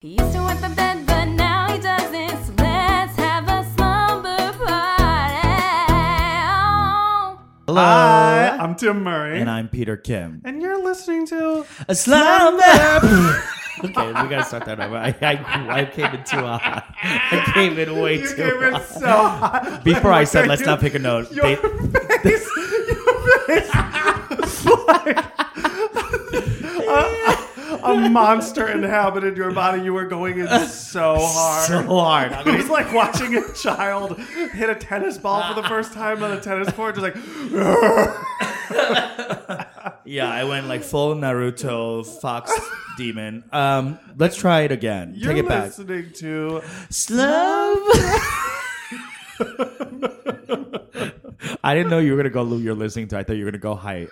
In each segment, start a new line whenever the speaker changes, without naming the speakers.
He used to want the bed, but now he doesn't. So let's have a slumber party.
Hello.
Hi, I'm Tim Murray.
and I'm Peter Kim.
And you're listening to
A slime map. okay, we gotta start that over. I, I, I came in too hot. I came in way
You
too
came in
hot.
so hot.
Before I said,
Look
let's
at
not
you-
pick a note.
Your
They-
face. Your face. was like a, a monster inhabited your body. You were going in so hard.
so hard. I
it
mean,
was like watching a child hit a tennis ball for the first time on a tennis court. Just like,
yeah, I went like full Naruto fox demon. Um, let's try it again.
you're
Take it back.
listening to.
Slum. I didn't know you were gonna go. Lou, You're listening to. I thought you were gonna go. Hi,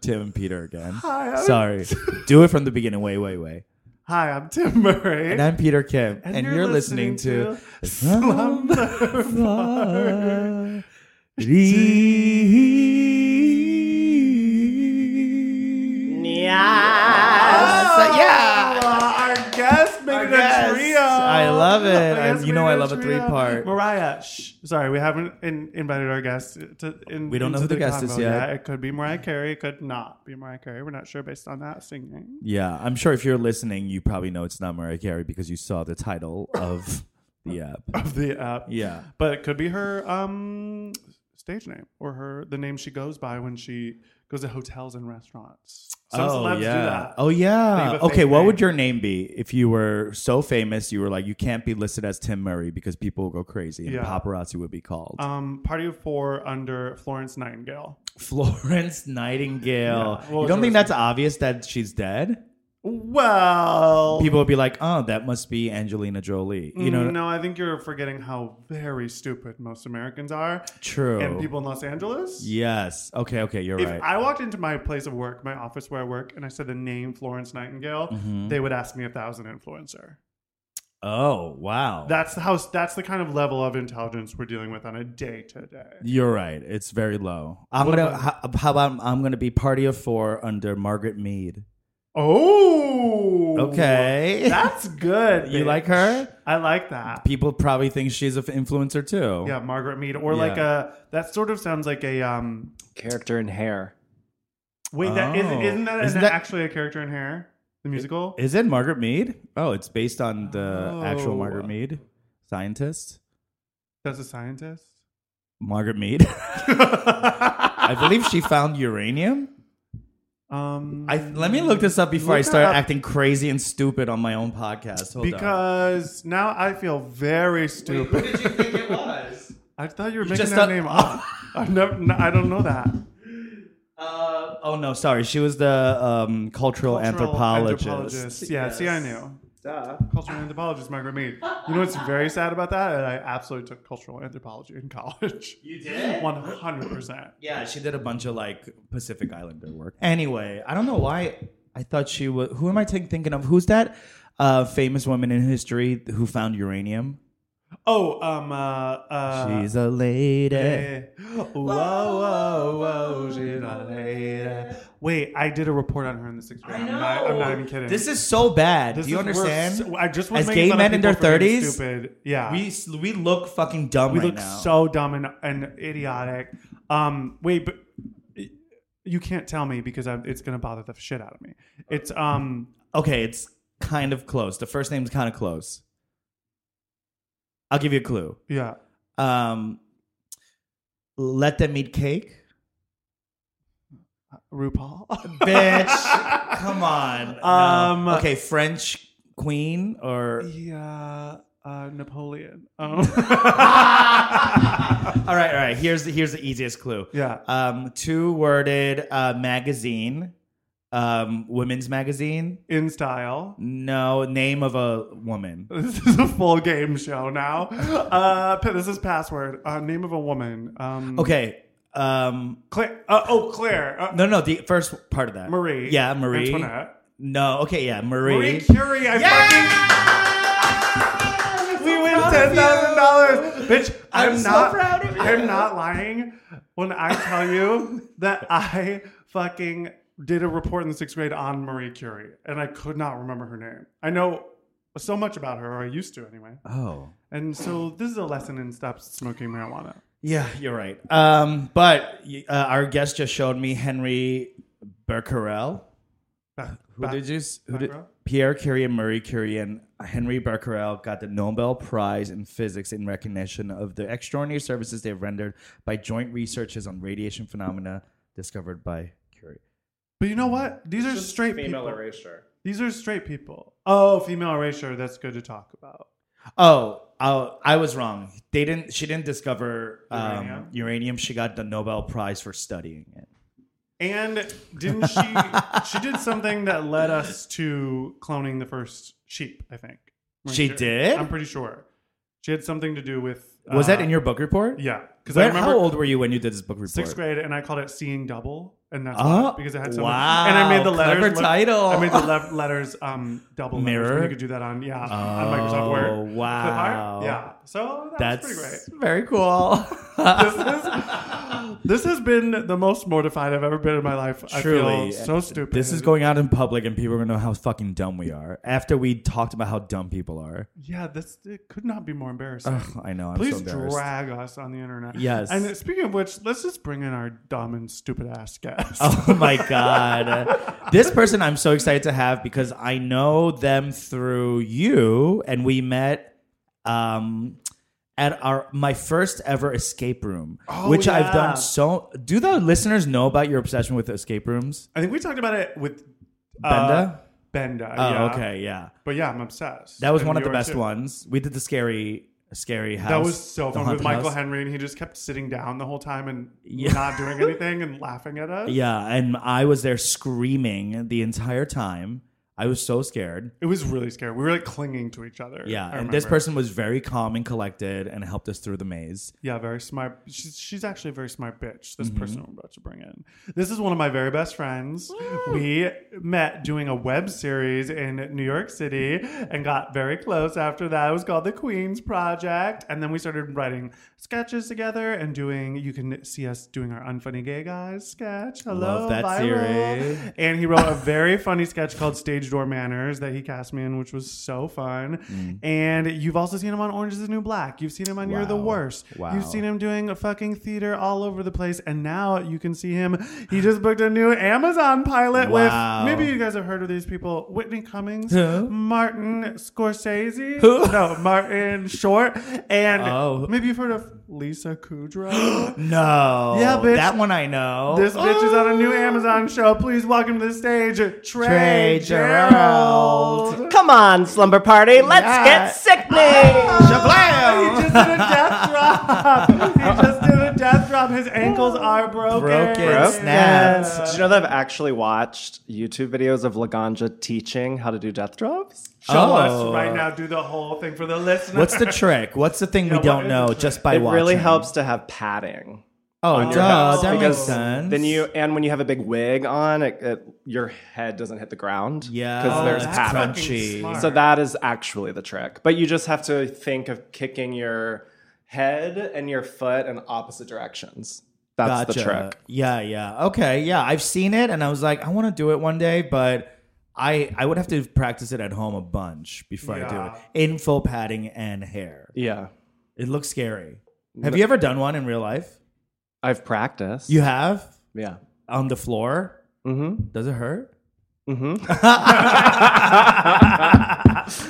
Tim and Peter again.
Hi, I'm-
Sorry. Do it from the beginning. Wait, wait, wait.
Hi, I'm Tim Murray.
And I'm Peter Kim, and, you're, listening, to. Slumber Oh.
yeah. our guest made it a trio.
I love it.
Our
I-
guest
you know
made
I
it
love a
trio.
three-part.
Mariah, shh. Sorry, we haven't in, invited our guest to. In,
We don't know
into
who the guest is
convo
yet.
It could be Mariah Carey. It could not be Mariah Carey. We're not sure based on that singing.
Yeah, I'm sure if you're listening, you probably know it's not Mariah Carey because you saw the title of the uh, app.
Of the app.
Yeah.
But it could be her um, stage name or her the name she goes by when she goes to hotels and restaurants. Some
oh,
celebs
yeah.
do that.
Oh,
They
yeah.
have a
Okay,
fake
what
name.
would your name be if you were so famous you were like, you can't be listed as Tim Murray because people will go crazy and
Yeah.
paparazzi would be called?
Um, Party of Four under Florence Nightingale.
Florence Nightingale.
Yeah. What
you
was
don't
her
think
last
that's obvious that she's dead?
Well,
People would be like, oh, that must be Angelina Jolie. You know,
Mm, no, I think you're forgetting how very stupid most Americans are,
true.
and people in Los Angeles.
yes. Okay, okay, you're
If
right.
I walked into my place of work, my office where I work, and I said the name Florence Nightingale, they would ask me if that was an influencer.
oh, wow.
That's the house. That's the kind of level of intelligence we're dealing with on a day to day.
you're right. It's very low. I'm gonna. how, how about I'm gonna be party of four under Margaret Mead?
Oh,
Okay.
that's good.
you
bitch.
like her?
I like that.
People probably think she's an influencer too.
Yeah, Margaret Mead, or
Yeah.
like a that sort of sounds like a um.
Character and hair.
Wait, that
Oh.
isn't isn't that,
Isn't
isn't
that-
that actually a character in Hair, the musical?
Is it Margaret Mead? Oh, it's based on the actual
Oh.
Margaret Mead scientist.
That's a scientist.
Margaret Mead. I believe she found uranium.
Um,
I let me look this up before I
Look
start
up.
acting crazy and stupid on my own podcast. Hold on.
because now I feel very stupid.
did you think it was?
I thought you were making
just thought-
that name up. I've never, no, I don't know that.
Uh, oh no, sorry. She was the um, cultural, anthropologist.
anthropologist. Yeah, see, I knew. Cultural anthropologist, Margaret Mead. You know what's very sad about that? That I absolutely took cultural anthropology in college.
You did?
One hundred percent.
Yeah, she did a bunch of like Pacific Islander work. Anyway, I don't know why I thought she was. Who am I think thinking of? Who's that uh, famous woman in history who found uranium?
Oh, um, uh, uh,
She's a lady.
Hey. Whoa, whoa, whoa, she's a lady. Wait, I did a report on her in the sixth grade. I am not, I'm not even kidding.
This is so bad.
This
Do you
is- we're
understand?
so- I just was
as
making
gay
fun of
men in their
people for being
thirties,
Stupid. Yeah,
we Oh,
we,
s- we look fucking dumb. right
look
now.
so dumb and, and idiotic. Um, wait, but you can't tell me because I'm, it's gonna bother the shit out of me. It's um,
Okay, it's kind of close. The first name's kind of close. I'll give you a clue.
yeah.
Um, let them eat cake,
RuPaul.
bitch. come on. No.
Um,
okay, French queen or
yeah, uh, Napoleon. Um,
all right, all right. Here's the, here's the easiest clue.
yeah.
Um, two worded uh, Um, magazine. um, women's magazine.
in style.
No, name of a woman.
This is a full game show now. Uh, pa- this is password. Uh, name of a woman. Um,
Okay. Um,
Claire. Uh, oh, Claire. Uh,
no, no, the first part of that.
Marie.
Yeah, Marie.
Antoinette.
No, okay, yeah, Marie.
Marie Curie. I fucking. we win ten thousand dollars, bitch. I'm,
I'm so
not.
proud of you.
I'm not lying when I tell you that I fucking did a report in the sixth grade on Marie Curie, and I could not remember her name. I know so much about her, or I used to anyway.
Oh.
And so this is a lesson in stop smoking marijuana.
Yeah, you're right. Um, but y- uh, our guest just showed me Henry Becquerel.
Back-
Who
back-
did you? s- Who did,
Becquerel?
Pierre Curie and Marie Curie and Henry Becquerel got the Nobel Prize in Physics in recognition of the extraordinary services they have rendered by joint researches on radiation phenomena discovered by Curie.
But you know what? These are straight
female
people.
erasure.
These are straight people. Oh, female erasure. That's good to talk about.
Oh, oh I was wrong. They didn't. She didn't discover um, uranium.
Uranium?
She got the Nobel Prize for studying it.
And didn't she? she did something that led us to cloning the first sheep. I think
She did?
I'm pretty sure. She had something to do with.
Was that
uh,
in your book report?
Yeah, because I
Where,
remember
how old were you when you did this book report?
sixth grade, and I called it "Seeing Double," and that's
Oh,
why, because it had so
wow,
much. And I made the letters.
clever
look-
title.
I made the le- letters um, double letters,
Mirror?
and You could do that on yeah on Microsoft Word.
Oh,
Clip
wow.
art. Yeah. So that
That's
was pretty great.
very cool.
this, is, this has been the most mortified I've ever been in my life. I
Truly, uh,
feel so stupid.
This is going out in public, and people are gonna know how fucking dumb we are. After we talked about how dumb people are,
Yeah, this it could not be more embarrassing.
Ugh, I know. I'm
Please
so embarrassed.
drag us on the internet.
Yes.
And speaking of which, let's just bring in our dumb and stupid ass guest.
Oh my god, this person I'm so excited to have because I know them through you, and we met um, at our my first ever escape room, which I've
Oh, yeah.
done so. Do the listeners know about your obsession with escape rooms,
I think we talked about it with uh,
Benda?
Benda.
oh,
yeah.
okay, yeah.
But yeah, I'm obsessed.
That was
And
one of
you
the
are
best
too.
ones. We did the scary, scary house.
That was so
the
fun with
haunted
Michael
house.
Henry, and he just kept sitting down the whole time and
Yeah.
not doing anything and laughing at us.
Yeah, and I was there screaming the entire time. I was so scared.
It was really scary. We were like clinging to each other.
Yeah,
I
and this
remember.
person was very calm and collected and helped us through the maze.
Yeah, very smart. She's, she's actually a very smart bitch,
Mm-hmm.
this person I'm about to bring in. This is one of my very best friends. We met doing a web series in New York City and got very close after that. It was called The Queen's Project. And then we started writing sketches together and doing, you can see us doing our Unfunny Gay Guys sketch. Hello,
Love that
viral.
series.
And he wrote a very funny sketch called Stage Door Manners that he cast me in, which was so fun.
Mm.
And you've also seen him on Orange is the New Black. You've seen him on You're the
Wow.
Worst.
Wow.
You've seen him doing a fucking theater all over the place. And now you can see him. He just booked a new Amazon pilot
Wow.
with, maybe you guys have heard of these people Whitney Cummings,
Who?
Martin Scorsese.
Who?
No, Martin Short. And
Oh.
maybe you've heard of Lisa Kudrow.
No.
Yeah, bitch.
That one I know.
This bitch is on a
Oh.
new Amazon show. Please welcome to the stage,
Trey
Trey, Gerald.
Gerald.
Come on, slumber party. Let's
Yeah.
get sickening.
He just did a death drop. He just did a death drop. His ankles are broken.
Broken.
Bro.
Snaps.
Did you know that I've actually watched YouTube videos of Laganja teaching how to do death drops?
Show
Oh.
us right now. Do the whole thing for the listener.
What's the trick? What's the thing
Yeah,
we
what
don't
is
know
the trick?
just by
it
watching?
really helps to have padding.
Oh,
your
duh.
house
That makes
because
sense.
Then you and when you have a big wig on, it, it, your head doesn't hit the ground.
Yeah. Oh,
because there's
Oh, that's
padding.
fucking
crunchy.
smart.
So that is actually the trick. But you just have to think of kicking your head and your foot in opposite directions. That's the trick.
Yeah, yeah. Okay, yeah. I've seen it and I was like, I want to do it one day, but I I would have to practice it at home a bunch before I do
Yeah.
it. In full padding and hair.
Yeah.
It looks scary. Have you ever done one in real life?
I've practiced.
You have?
yeah.
On the floor?
Mm-hmm.
Does it hurt?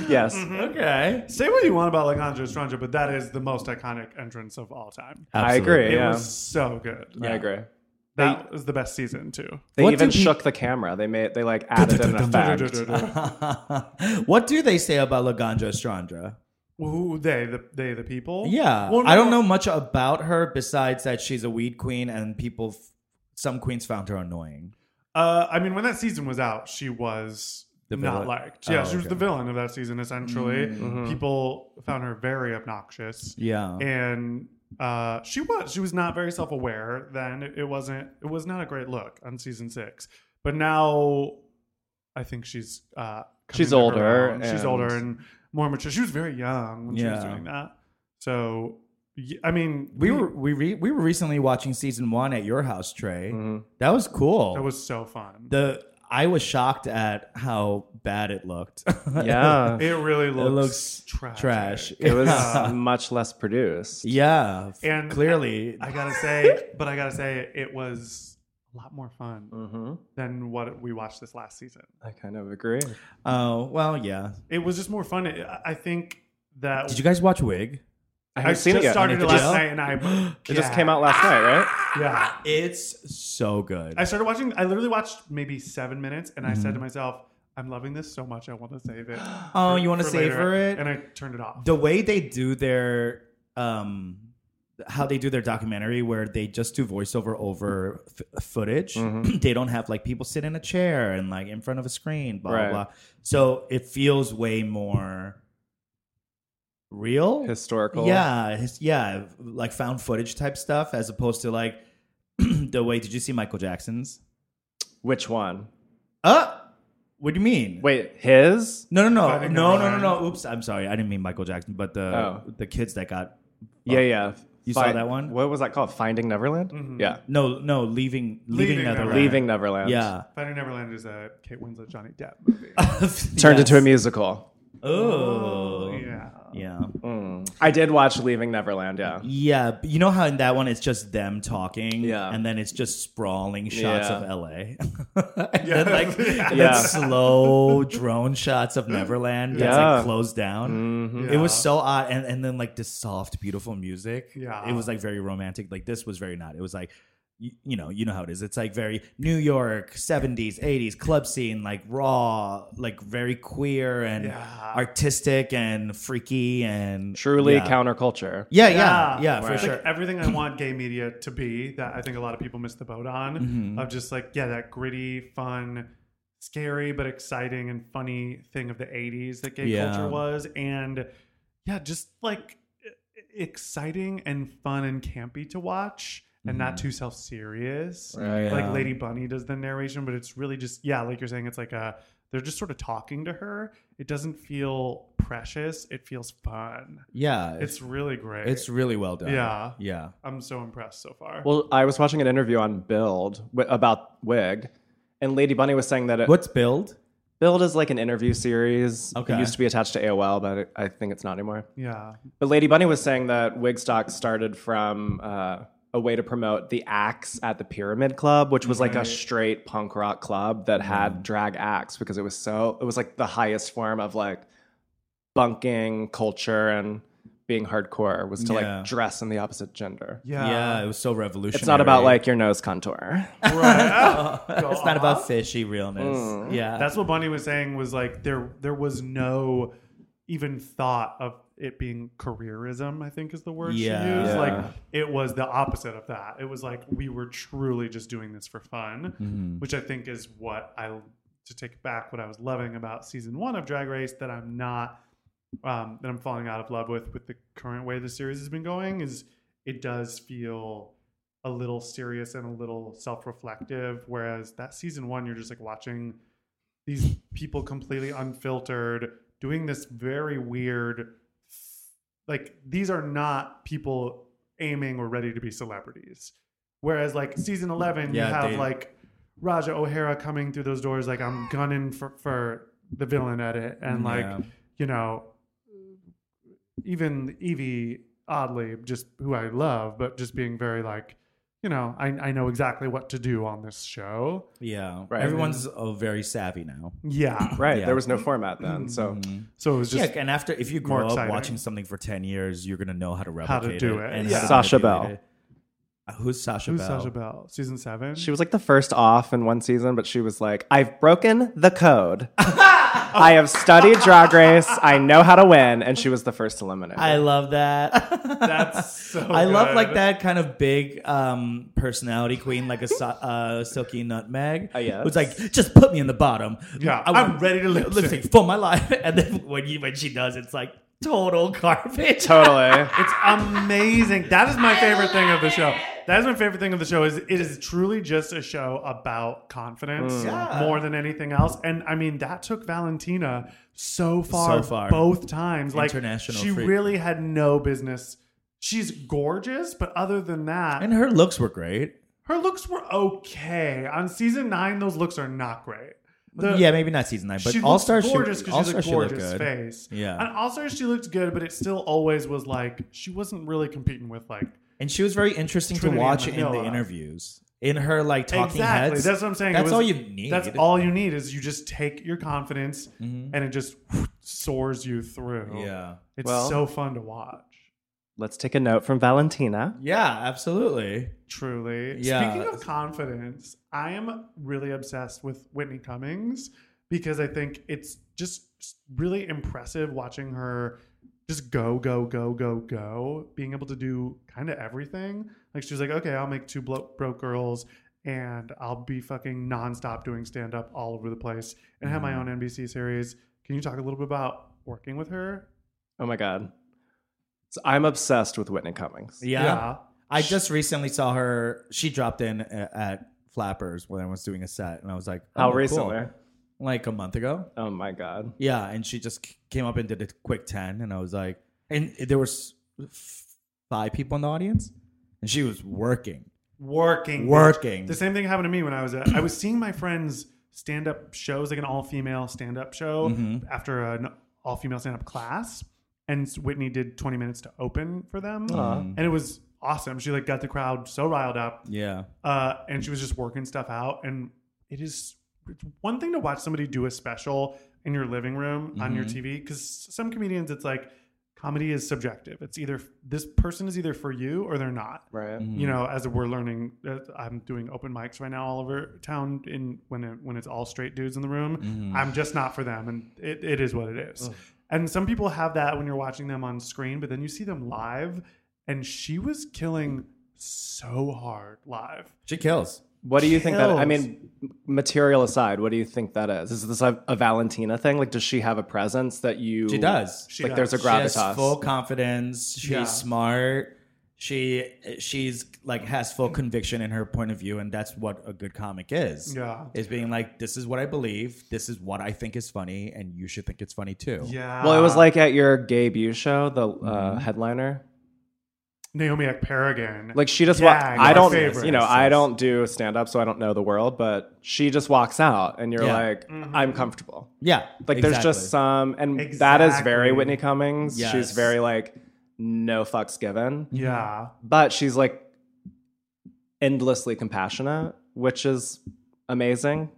Yes.
Okay.
Say what you want about Alejandro Strange, but that is the most iconic entrance of all time.
I agree.
It
Yeah.
was so good.
I agree.
That was the best season too.
They
What
even
did he-
shook the camera. They made they like added an effect.
what do they say about Laganja Estrandra?
Who they the they the people?
Yeah,
Well,
I
no,
don't know much about her besides that she's a weed queen, and people, f- some queens found her annoying.
Uh, I mean, when that season was out, she was
The
not
villain.
liked. Yeah,
Oh,
she was
okay.
the villain of that season, essentially. People found her very obnoxious.
Yeah.
And uh, she was. She was not very self aware then. It, it wasn't, it was not a great look on season six. But now I think she's. Uh, coming
She's
to her
older
own. She's
and-
older and more mature. She was very young when she was
Yeah.
doing that. So, y- I mean,
we were we re, we were recently watching season one at your house, Trey. That was cool.
that was so fun.
the I was shocked at how bad it looked.
Yeah.
it really looks,
looks
trash.
trash.
It was much less produced.
yeah,
And
clearly,
I gotta say, but I gotta say, it was a lot more fun
Mm.
than what we watched this last season.
Mm-hmm. I kind of agree.
oh well, yeah.
It was just more fun. I I think that
Did you guys watch Wig?
I
I haven't
just
seen it yet.
started
It
it
just-
last night, and I
It just came out last night, right?
Ah!
Yeah,
It's so good.
I started watching. I literally watched maybe seven minutes, and I said to myself, "I'm loving this so much. I want to save it."
Mm-hmm. oh,
for-
you want to
for later.
savor it?
And I turned it off.
the way they do their um how they do their documentary where they just do voiceover over f- footage
Mm-hmm.
they don't have like people sit in a chair and like in front of a screen blah
Right.
blah blah so it feels way more real
Historical.
yeah his, yeah like found footage type stuff as opposed to like the way did you see michael jackson's
Which one?
uh what do you mean
Wait, his?
no no no
Finding
no no no
Neverland.
no oops i'm sorry i didn't mean michael jackson but the
Oh.
the kids that got
Yeah, yeah.
Oh. You saw that one?
What was that called? Finding Neverland?
Mm-hmm.
Yeah.
No, no, leaving, leaving,
Leaving
Netherlands.
Neverland.
Leaving Neverland.
Yeah,
Finding Neverland is a Kate Winslet, Johnny Depp movie.
Turned into a musical.
Oh,
yeah.
yeah,
I did watch Leaving Neverland, yeah.
yeah. but You know how in that one it's just them talking,
Yeah.
and then it's just sprawling shots
Yeah.
of L.A. and then like and
Yeah.
then slow drone shots of Neverland that's
Yeah. Mm.
like closed down. Mm-hmm. It was so odd, and and then like this soft, beautiful music.
Yeah.
it was like very romantic. Like this was very not. It was like. You, you know, you know how it is. It's like very New York, seventies, eighties club scene, like raw, like very queer and
Yeah.
artistic and freaky and
Truly
yeah.
counterculture.
Yeah, yeah, yeah, for
It's
sure.
Like everything I want gay media to be that I think a lot of people miss the boat on
Mm-hmm.
of just like, yeah, that gritty, fun, scary, but exciting and funny thing of the 80s that gay
Yeah.
culture was. And yeah, just like e- exciting and fun and campy to watch and not too self serious.
Right.
Like
Mm-hmm. Oh, Yeah.
Lady Bunny does the narration, but it's really just, yeah, like you're saying, it's like a. They're just sort of talking to her. It doesn't feel precious. It feels fun.
yeah, it's
It's really great.
it's really well done.
Yeah.
yeah.
I'm so impressed so far.
Well, I was watching an interview on Build wi- about Wig, and Lady Bunny was saying that it,
What's build?
Build is like an interview series.
Okay.
It used to be attached to AOL, but it, I think it's not anymore.
yeah.
But Lady Bunny was saying that wig stock started from uh, a way to promote the acts at the Pyramid Club, which was like a straight punk rock club
Mm-hmm.
that had drag acts because it was so it was like the highest form of like bunking culture and being hardcore was to
Yeah.
like dress in the opposite gender.
Yeah.
yeah, it was so revolutionary.
It's not about like your nose contour.
it's not about fishy realness.
Mm.
Yeah,
That's what Bunny was saying was like there there was no even thought of it being careerism, I think is the word she
Yeah.
used.
Yeah.
Like it was the opposite of that. It was like we were truly just doing this for fun,
Mm-hmm.
which I think is what I to take back what I was loving about season one of Drag Race that I'm not um, that I'm falling out of love with with the current way the series has been going is it does feel a little serious and a little self-reflective whereas that season 1 you're just like watching these people completely unfiltered doing this very weird like these are not people aiming or ready to be celebrities whereas like season 11 you
Yeah,
have
they-
like Raja O'Hara coming through those doors like I'm gunning for, for the villain edit and like
Yeah.
you know even Evie oddly just who I love but just being very like you know I, I know exactly what to do on this show
yeah.
Right.
Everyone's oh, very savvy now.
yeah
Right.
Yeah.
There was no format then. So
so it was just
yeah, and after if you
more
grow up
exciting.
watching something for ten years, you're gonna know how to
How
replicate
to do it.
and
Yeah.
how to
Sasha
manipulate
Bell.
it. Uh, Who's Sasha
who's
Bell?
Sasha Bell season seven
she was like the first off in one season, but she was like, I've broken the code. I have studied Drag Race. I know how to win. And she was the first eliminated.
I love that.
That's so
I love like
good.
that kind of big um, personality queen, like a so- uh, silky nutmeg.
Uh, yes.
who's like, just put me in the bottom.
Yeah,
I
I'm
want
ready to lip
lip sync for my life. And then when you when she does, it's like total garbage.
totally.
It's amazing. That is my favorite thing of the show. That is my favorite thing of the show is it is truly just a show about confidence
Yeah.
more than anything else. And I mean that took Valentina so far,
So far.
both times. Like
International
she
freak.
really had no business. She's gorgeous, but other than that,
And her looks were great.
her looks were okay. On season nine, those looks are not great. The-
yeah, maybe not season nine, but
she
All
looks
Star she
gorgeous because
All
she's
Star
a
she looked
gorgeous
good.
face.
Yeah.
and All Stars she looked good, but it still always was like she wasn't really competing with like
And she was very interesting
Trinity
to watch
and
in the
Manila.
interviews. In her like talking
exactly.
heads.
That's what I'm saying. It
That's
was-
all you need. Mm-hmm.
That's all you need is you just take your confidence and it just soars you through.
Yeah.
it's
Well-
so fun to watch.
Let's take a note from Valentina.
Yeah, absolutely.
Truly.
Yeah.
Speaking of confidence, I am really obsessed with Whitney Cummings because I think it's just really impressive watching her just go, go, go, go, go, being able to do kind of everything. Like she was like, okay, I'll make two blo- broke girls and I'll be fucking nonstop doing stand up all over the place and have my own NBC series. Can you talk a little bit about working with her?
Oh my God. So I'm obsessed with Whitney Cummings.
Yeah. I just recently saw her. She dropped in a- at Flappers when I was doing a set, and I was like, oh,
How
cool.
recently?
Like a month ago.
Oh my God.
Yeah, and she just c- came up and did a quick ten, and I was like, and there was f- five people in the audience, and she was working.
working bitch.
Working.
the same thing happened to me when i was at i was seeing my friends stand up shows like an all-female stand-up show after an all-female stand-up class and whitney did 20 minutes to open for them
Oh. Mm.
and it was awesome she like got the crowd so riled up
Yeah,
uh, and she was just working stuff out and it is it's one thing to watch somebody do a special in your living room on your tv because some comedians it's like comedy is subjective it's either this person is either for you or they're not
Right.
you know, as we're learning, uh, I'm doing open mics right now all over town. In when it, when it's all straight dudes in the room,
Mm.
I'm just not for them, and it, it is what it is. And some people have that when you're watching them on screen, but then you see them live, and she was killing so hard live.
she kills.
What do you think that? I
Kills.
mean, material aside, what do you think that is? Is this a, a Valentina thing? Like, does she have a presence that you?
She does.
She
like,
does.
there's a
She
gravitas.
She has full confidence. She's
Yeah.
smart. She she's like has full conviction in her point of view, and that's what a good comic is.
Yeah.
is being like, this is what I believe. This is what I think is funny, and you should think it's funny too.
Yeah.
well, it was like at your Gabe You show, the uh, headliner.
Naomi Ekparagon.
Like she just
Yeah,
walks.
I know,
I don't.
my favorite.
You know,
Yes,
I
yes.
don't do stand up, so I don't know the world. But she just walks out, and you're
Yeah.
like, I'm comfortable.
yeah.
Like there's
exactly.
just some, and that is
Exactly.
very Whitney Cummings.
Yes.
She's very like no fucks given,
yeah.
but she's like endlessly compassionate, which is amazing.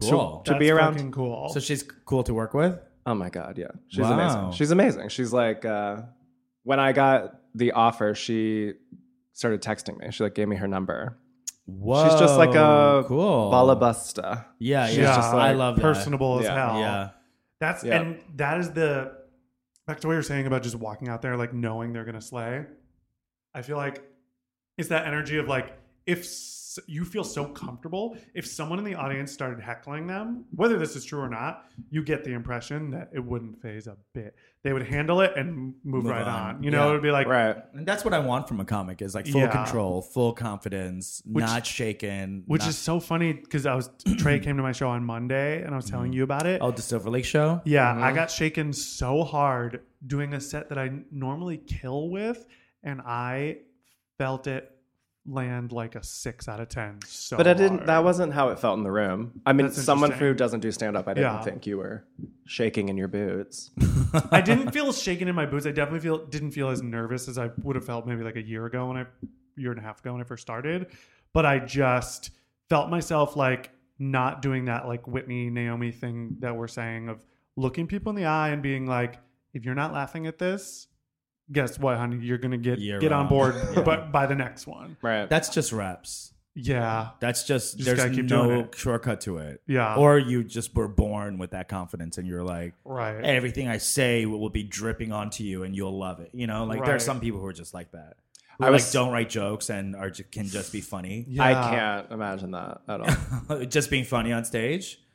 cool.
to be around.
fucking cool.
So she's cool to work with.
Oh my god, yeah, she's
Wow.
amazing. She's amazing. She's like, uh, when I got the offer, she started texting me. She like gave me her number.
Whoa,
she's just like a
cool
Balabusta.
Yeah,
she's
yeah.
just
I
like
love that.
personable as
Yeah.
hell.
Yeah,
That's
Yeah.
and that is the back to what you're saying about just walking out there like knowing they're gonna slay. I feel like it's that energy of like if s- you feel so comfortable, if someone in the audience started heckling them, whether this is true or not, you get the impression that it wouldn't phase a bit. They would handle it and move,
Move
right
on.
on. You know,
Yeah.
it would be like
Right.
and that's what I want from a comic is like full
Yeah.
control, full confidence, not shaken,
which
not-
is so funny because I was Trey came to my show on Monday and I was telling you about it.
oh the Silver Lake show.
Yeah,
Mm-hmm.
I got shaken so hard doing a set that I n- normally kill with, and I felt it land like a six out of ten. So,
But I didn't.
hard.
That wasn't how it felt in the room. I mean,
That's
someone
interesting.
who doesn't do stand up, I didn't
Yeah.
think you were shaking in your boots.
I didn't feel shaken in my boots. I definitely feel didn't feel as nervous as I would have felt maybe like a year ago when I year and a half ago when I first started. But I just felt myself like not doing that like Whitney Naomi thing that we're saying of looking people in the eye and being like, if you're not laughing at this, guess what, honey, you're gonna get
You're
get on
wrong.
board, but by the next one.
Right.
That's just reps.
Yeah.
That's just,
Just gotta
there's
keep doing
no
it.
shortcut to it.
Yeah.
Or you just were born with that confidence and you're like,
Right.
everything I say will will be dripping onto you and you'll love it. You know, like there are
Right.
some people who are just like that. Who
I
like
was-
don't write jokes and are ju- can just be funny.
yeah.
I can't imagine that at all.
just being funny on stage.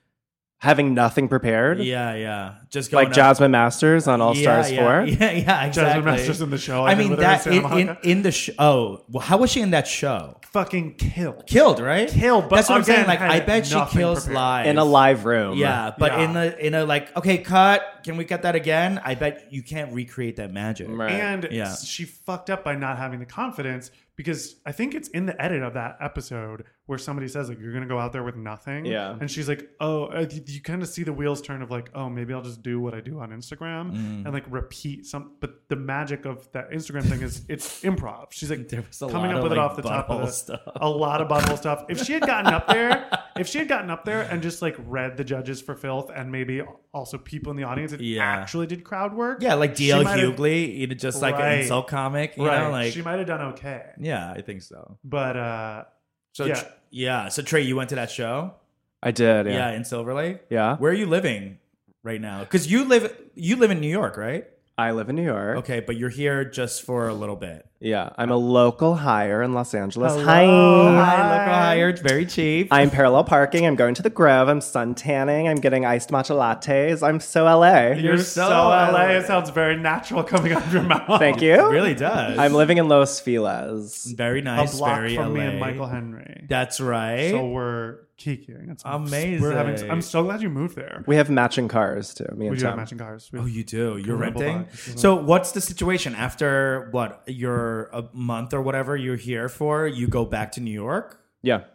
Having nothing prepared,
Yeah, yeah. Just going
like
up-
Jasmine Masters on All
Yeah,
Stars
yeah,
Four.
Yeah, yeah, exactly.
Jasmine Masters in the show.
I
did
mean
with her in
that
Santa
in, in,
Monica.
in the show. Oh, well, how was she in that show?
fucking killed.
Killed, right?
Killed, but
that's what I'm saying.
again,
Like,
had
I bet she
nothing
kills
prepared.
live
in a live room.
Yeah, but
Yeah.
in the in a like, okay, cut. Can we cut that again? I bet you can't recreate that magic.
Right.
And
Yeah.
she fucked up by not having the confidence because I think it's in the edit of that episode where somebody says like you're gonna go out there with nothing.
Yeah.
And she's like, oh, uh, you, you kind of see the wheels turn of like, oh, maybe I'll just do what I do on Instagram
Mm.
and like repeat some. But the magic of that Instagram thing is it's improv. She's like
There was a
coming
lot of,
up with it
like,
off the top of
butthole
the,
stuff.
a lot of butthole stuff. If she had gotten up there, if she had gotten up there and just like read the judges for filth and maybe also people in the audience that
Yeah.
actually did crowd work.
Yeah, like
she
DL
might have-
Hughley, you know, just like an
Right.
insult comic. You
right.
know, like
she might have done okay,
yeah, I think so.
but uh,
So
Yeah.
yeah. yeah, so Trey, you went to that show,
I did.
yeah,
Yeah,
in Silver Lake.
yeah.
Where are you living right now? Because you live you live in New York, right?
I live in New York.
Okay, but you're here just for a little bit.
Yeah, I'm a local hire in Los Angeles.
Hello.
Hi.
Hi, local hire, very cheap.
I'm parallel parking. I'm going to the Grove. I'm suntanning. I'm getting iced matcha lattes. I'm so LA.
you're, so,
so
LA.
LA.
It sounds very natural coming out of your mouth.
Oh, Thank you.
It really does.
I'm living in Los Feliz.
very
A
nice,
block
very
from me
LA.
and Michael Henry.
That's right.
so we're kikiing. It's
Amazing.
We're having, I'm so glad you moved there.
We have matching cars too. Me and
We do
Tom.
have matching cars. We
Oh,
have-
you do. You're
Convertible
renting.
box, isn't
So, what's the situation after what you're a month or whatever you're here for? You go back to New York,
Yeah.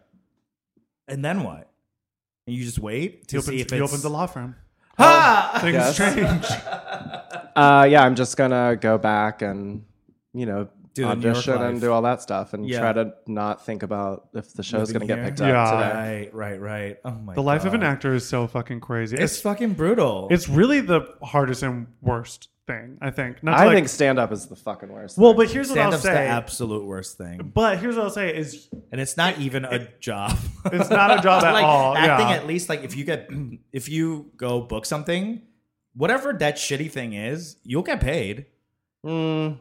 and then what? And you just wait to
he,
see
opens,
if
he
it's
opens a law firm.
Ah!
Things
Yes.
change.
Uh, yeah. I'm just gonna go back and you know
Do the New York
audition
life.
and do all that stuff and
Yeah.
try to not think about if the show's
Living
gonna get
here.
picked
Yeah.
up today.
Right, right, right. Oh my!
the life of an
God.
actor is so fucking crazy.
It's
It's
fucking brutal.
it's really the hardest and worst thing I think. Not to
I
like-
think stand up is the fucking worst.
Well,
thing.
but here's what I'll
stand-up's the
say.
absolute worst thing,
But here's what I'll say is
and it's not even a job.
it's not a job at
like
all.
acting
yeah.
at least like if you get if you go book something whatever that shitty thing is you'll get paid
Mm,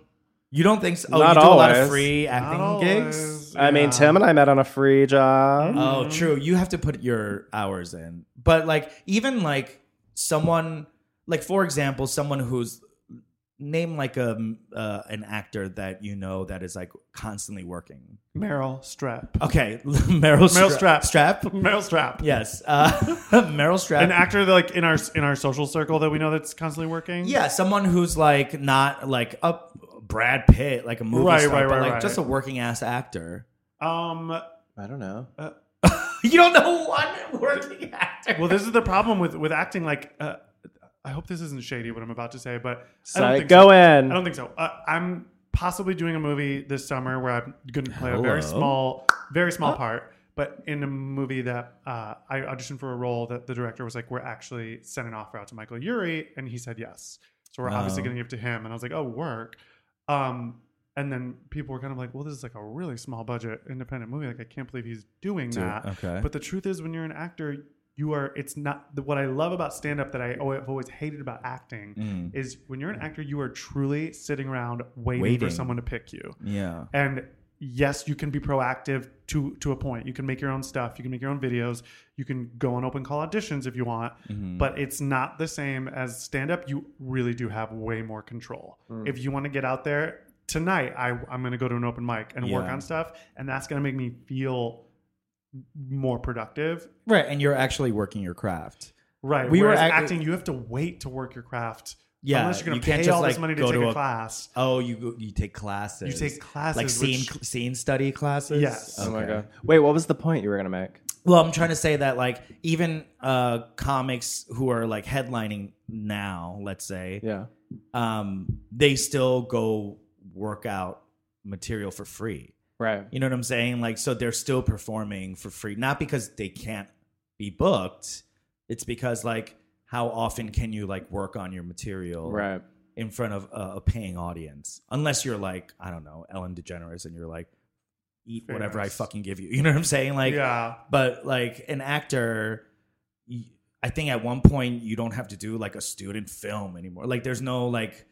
you don't think so oh
Not
you do a lot of
always.
free
Not
acting
always,
gigs
I
yeah.
mean,
Hmm?
Tim and I met on a free job.
Mm-hmm.
oh true you have to put your hours in but like even like someone like for example someone who's name like a uh, an actor that you know that is like constantly working
Meryl Streep.
okay meryl,
Meryl
Stra-
Streep. Meryl Streep.
yes uh, meryl Streep.
An actor that, like in our in our social circle that we know that's constantly working.
Yeah, someone who's like not like a Brad Pitt, like a movie
Right,
star,
right,
but
right,
like
right.
just a working ass actor.
Um.
I don't know.
You don't know one working actor.
Well, this is the problem with with acting. Like, uh, I hope this isn't shady what I'm about to say, but I don't
Psych-
think
go
so.
in.
I don't think so. Uh, I'm possibly doing a movie this summer where I'm going to play a very
Hello?
small, very small part. But in a movie that uh, I auditioned for a role that the director was like, we're actually sending an offer out to Michael Yuri, and he said yes. So we're obviously
Oh.
going to give it to him. And I was like, oh, work. Um, and then people were kind of like, well, this is like a really small budget independent movie. Like, I can't believe he's doing that.
okay.
But the truth is, when you're an actor, you are, it's not the, what I love about stand up that I al- have always hated about acting
Mm,
is when you're an actor, you are truly sitting around waiting,
Waiting.
for someone to pick you.
Yeah.
And yes, you can be proactive to to a point. You can make your own stuff. You can make your own videos. You can go on open call auditions if you want.
Mm-hmm.
But it's not the same as stand up. You really do have way more control. If you want to get out there tonight, I I'm going to go to an open mic and work
Yeah.
on stuff, and that's going to make me feel more productive.
Right, and you're actually working your craft.
Right.
We
We
were
Whereas
act-
acting, you have to wait to work your craft.
Yeah,
Unless you're going
you
to
can't
pay
just,
all this
like,
money to
go
take
to
a
a-
class.
Oh, you go- you take classes.
You take classes,
like scene
which-
scene study classes.
Yes.
Oh my
Okay.
god. Wait, what was the point you were gonna make?
Well, I'm trying to say that like even uh comics who are like headlining now, let's say,
Yeah.
um, they still go work out material for free.
Right.
You know what I'm saying? Like, so they're still performing for free, not because they can't be booked. It's because like, how often can you like work on your material
Right.
in front of a, a paying audience? Unless you're like, I don't know, Ellen DeGeneres, and you're like, eat
Fair
whatever
enough.
I fucking give you. You know what I'm saying? Like, uh,
yeah.
but like an actor, y- I think at one point you don't have to do like a student film anymore. Like, there's no like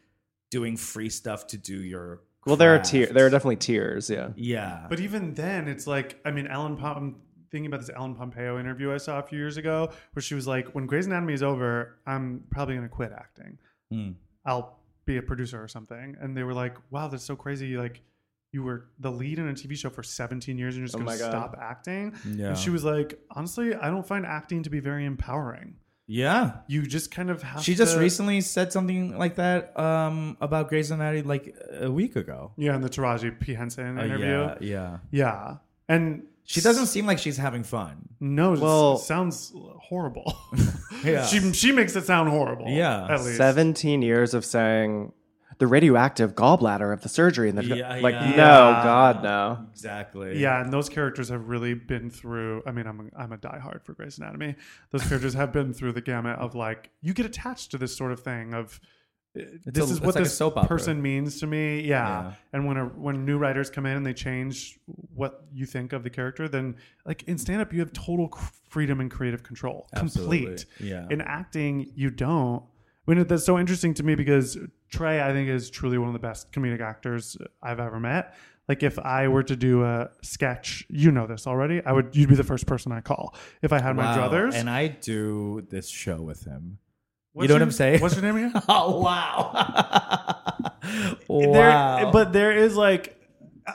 doing free stuff to do your.
Well, there are
craft.
tier. There are definitely tiers. Yeah.
Yeah,
But even then, it's like, I mean, Ellen Pom- I'm thinking about this Ellen Pompeo interview I saw a few years ago where she was like, when Grey's Anatomy is over, I'm probably going to quit acting.
Hmm.
I'll be a producer or something. And they were like, wow, that's so crazy. Like, you were the lead in a TV show for 17 years and you're just
Oh
going
my
to
God.
stop acting.
Yeah.
And she was like, honestly, I don't find acting to be very empowering.
yeah.
You just kind of have
She just
to-
recently said something like that um, about Grey's Anatomy like a week ago.
Yeah, in the Taraji P. Henson
Uh,
interview.
yeah, yeah.
yeah. And
She doesn't seem like she's having fun.
No, well,
Well-
sounds horrible.
Yeah.
she she makes it sound horrible.
Yeah.
at least
17 years of saying the radioactive gallbladder of the surgery and the
Yeah,
like
yeah.
no
Yeah.
god no
Exactly.
Yeah, and those characters have really been through. I mean, I'm a, I'm a diehard for Grey's Anatomy. Those characters have been through the gamut of like you get attached to this sort of thing of uh, this
a-
is
it's
what
like a
this
soap opera.
person means to me. Yeah,
Yeah.
and when a, when new writers come in and they change what you think of the character, then like in stand up you have total c- freedom and creative control,
Absolutely.
complete.
Yeah.
in acting you don't. I mean, that's so interesting to me because Trey, I think, is truly one of the best comedic actors I've ever met. Like, if I were to do a sketch, you know this already. I would, you'd be the first person I call if I had my druthers.
And I do this show with him.
What's
know what
your-
I'm saying?
What's your name again?
Oh wow.
There,
wow.
but there is like,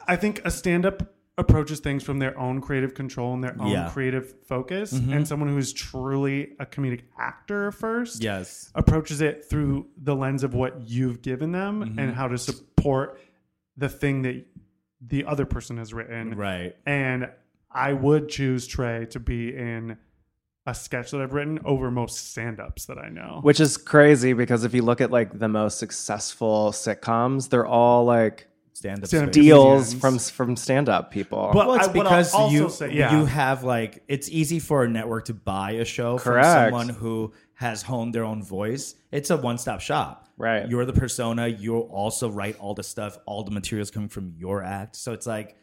I think a stand up approaches things from their own creative control and their own
Yeah. Mm-hmm.
creative focus. And someone who is truly a comedic actor first
yes.
approaches it through the lens of what you've given them and how to support the thing that the other person has written.
Right.
And I would choose Trey to be in a sketch that I've written over most stand ups that I know.
which is crazy because if you look at like the most successful sitcoms they're all like
Stand up.
Stand-up
space.
deals
Comedians.
from from stand-up people
But-
Well, it's
I- what I'll
because
also
you
say- yeah.
you have like it's easy for a network to buy a show
Correct.
from someone who has honed their own voice. It's a one stop shop.
Right.
You're the persona. You also write all the stuff. All the materials coming from your act. So it's like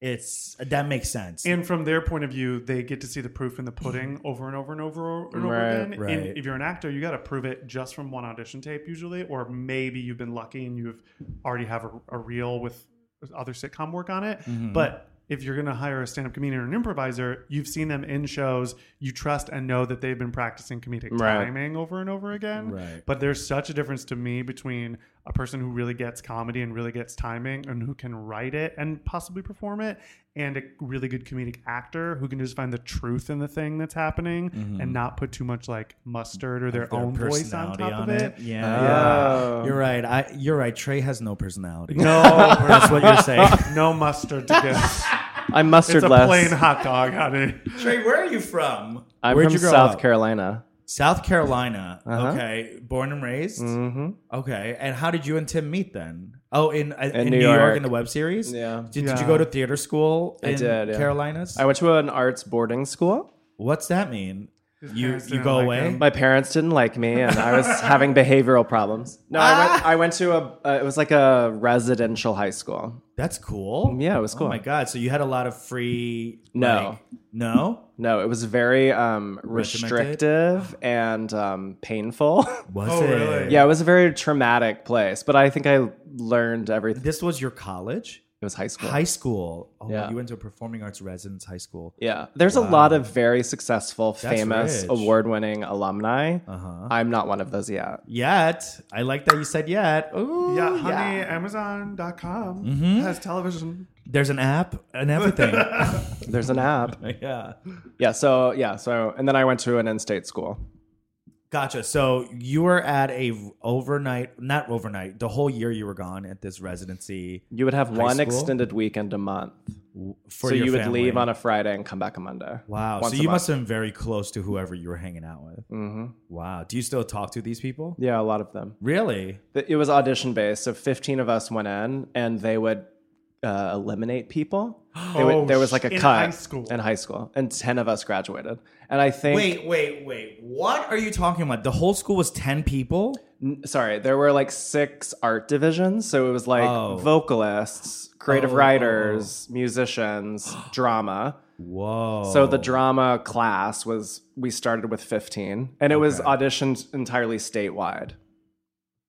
it's that makes sense.
and from their point of view, they get to see the proof in the pudding over and over and over and over
Right,
again.
right.
And if you're an actor, you got to prove it just from one audition tape usually, or maybe you've been lucky and you've already have a, a reel with other sitcom work on it. But if you're going to hire a stand-up comedian or an improviser, you've seen them in shows, you trust and know that they've been practicing comedic
Right.
timing over and over again.
Right.
But there's such a difference to me between a person who really gets comedy and really gets timing and who can write it and possibly perform it and a really good comedic actor who can just find the truth in the thing that's happening and not put too much like mustard or their,
their
own voice on
personality
top
on
of it.
it. Yeah.
Oh.
You're right. I you're right. Trey has no personality.
No,
That's what you're saying.
no mustard to give.
i mustard
It's a
less
plain hot dog, honey.
Trey, where are you from?
i'm
Where'd
from
you grow
south
up?
carolina
South Carolina. Okay, born and raised. Mm-hmm. Okay, and how did you and Tim meet then? Oh, in in, New,
New
York.
York.
in the web series.
Yeah.
Did, did you
Yeah.
go to theater school in
I did, yeah.
Carolinas?
i went to an arts boarding school
What's that mean? You
parents
you
didn't
go
like
away?
him.
My parents didn't like me, and I was having behavioral problems. No, I
Ah.
went. I went to a. Uh, it was like a residential high school.
That's cool.
Yeah, it was
Oh
cool.
my god! So you had a lot of free.
No.
like- no.
No, it was very um, restrictive and um, painful.
Was
Oh,
it?
really?
yeah, it was a very traumatic place. But I think I learned everything.
This was your college,
It was high school.
high school. Oh,
Yeah.
you went to a performing arts residence high school.
yeah, there's a lot of very successful,
That's
famous,
rich.
award-winning alumni.
Uh-huh.
I'm not one of those yet.
Yet, I like that you said yet. Ooh,
Yeah, honey, Amazon.com has television.
There's an app and everything.
Oh
There's an app.
yeah.
yeah. So yeah. So and then I went to an in-state school.
Gotcha. So you were at a overnight, not overnight, the whole year you were gone at this residency
You would have one
school?
extended weekend a month.
for
so
your
you would
family.
leave on a Friday and come back a Monday.
wow.
Once
So
a
you
month.
must have been very close to whoever you were hanging out with.
Mhm.
Wow. Do you still talk to these people?
Yeah, a lot of them.
Really?
Th- It was audition based, so 15 of us went in, and they would uh, eliminate people. They would,
Oh,
there was like a
in
cut
high school.
in high school, and 10 of us graduated. And I think
Wait, wait, wait. What are you talking about? The whole school was ten people.
n- sorry, there were like six art divisions. So it was like
Oh.
vocalists, creative
Oh.
writers, musicians, drama.
Whoa.
So the drama class was we started with 15 and it was auditioned entirely statewide.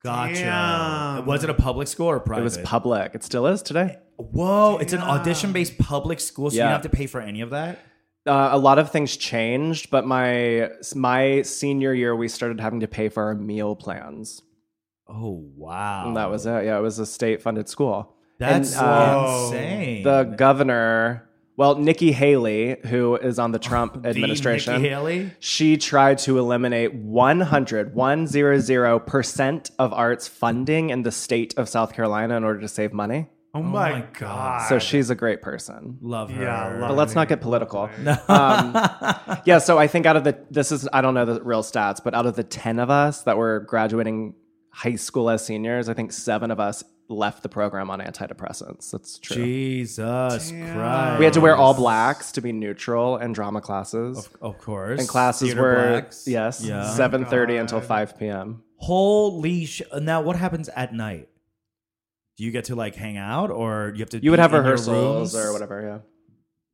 gotcha.
Damn.
Was it a public school or private?
It was public. It still is today.
Whoa, it's an audition based public school, so you
Yeah.
don't have to pay for any of that?
Uh, a lot of things changed, but my my senior year we started having to pay for our meal plans.
Oh, wow.
And that was it. Yeah, it was a state funded school.
That's
And, uh,
insane.
the governor, well, Nikki Haley, who is on the Trump
The
administration.
Nikki Haley?
She tried to eliminate 100, 100% of arts funding in the state of South Carolina in order to save money.
Oh, my,
my
god.
God.
So she's a great person.
Love her.
Yeah, love
But let's not get political. Um, yeah, so I think out of the, this is, I don't know the real stats, but out of the 10 of us that were graduating high school as seniors, I think seven of us left the program on antidepressants. That's true.
Jesus Christ.
We had to wear all blacks to be neutral and drama classes.
Of course.
And classes
Theater
were
blacks.
yes,
Yeah.
seven thirty until five p.m.
Holy sh! Now, what happens at night? Do you get to like hang out, or you have to?
You would
be
have
in your
rehearsals
rooms?
or whatever. Yeah,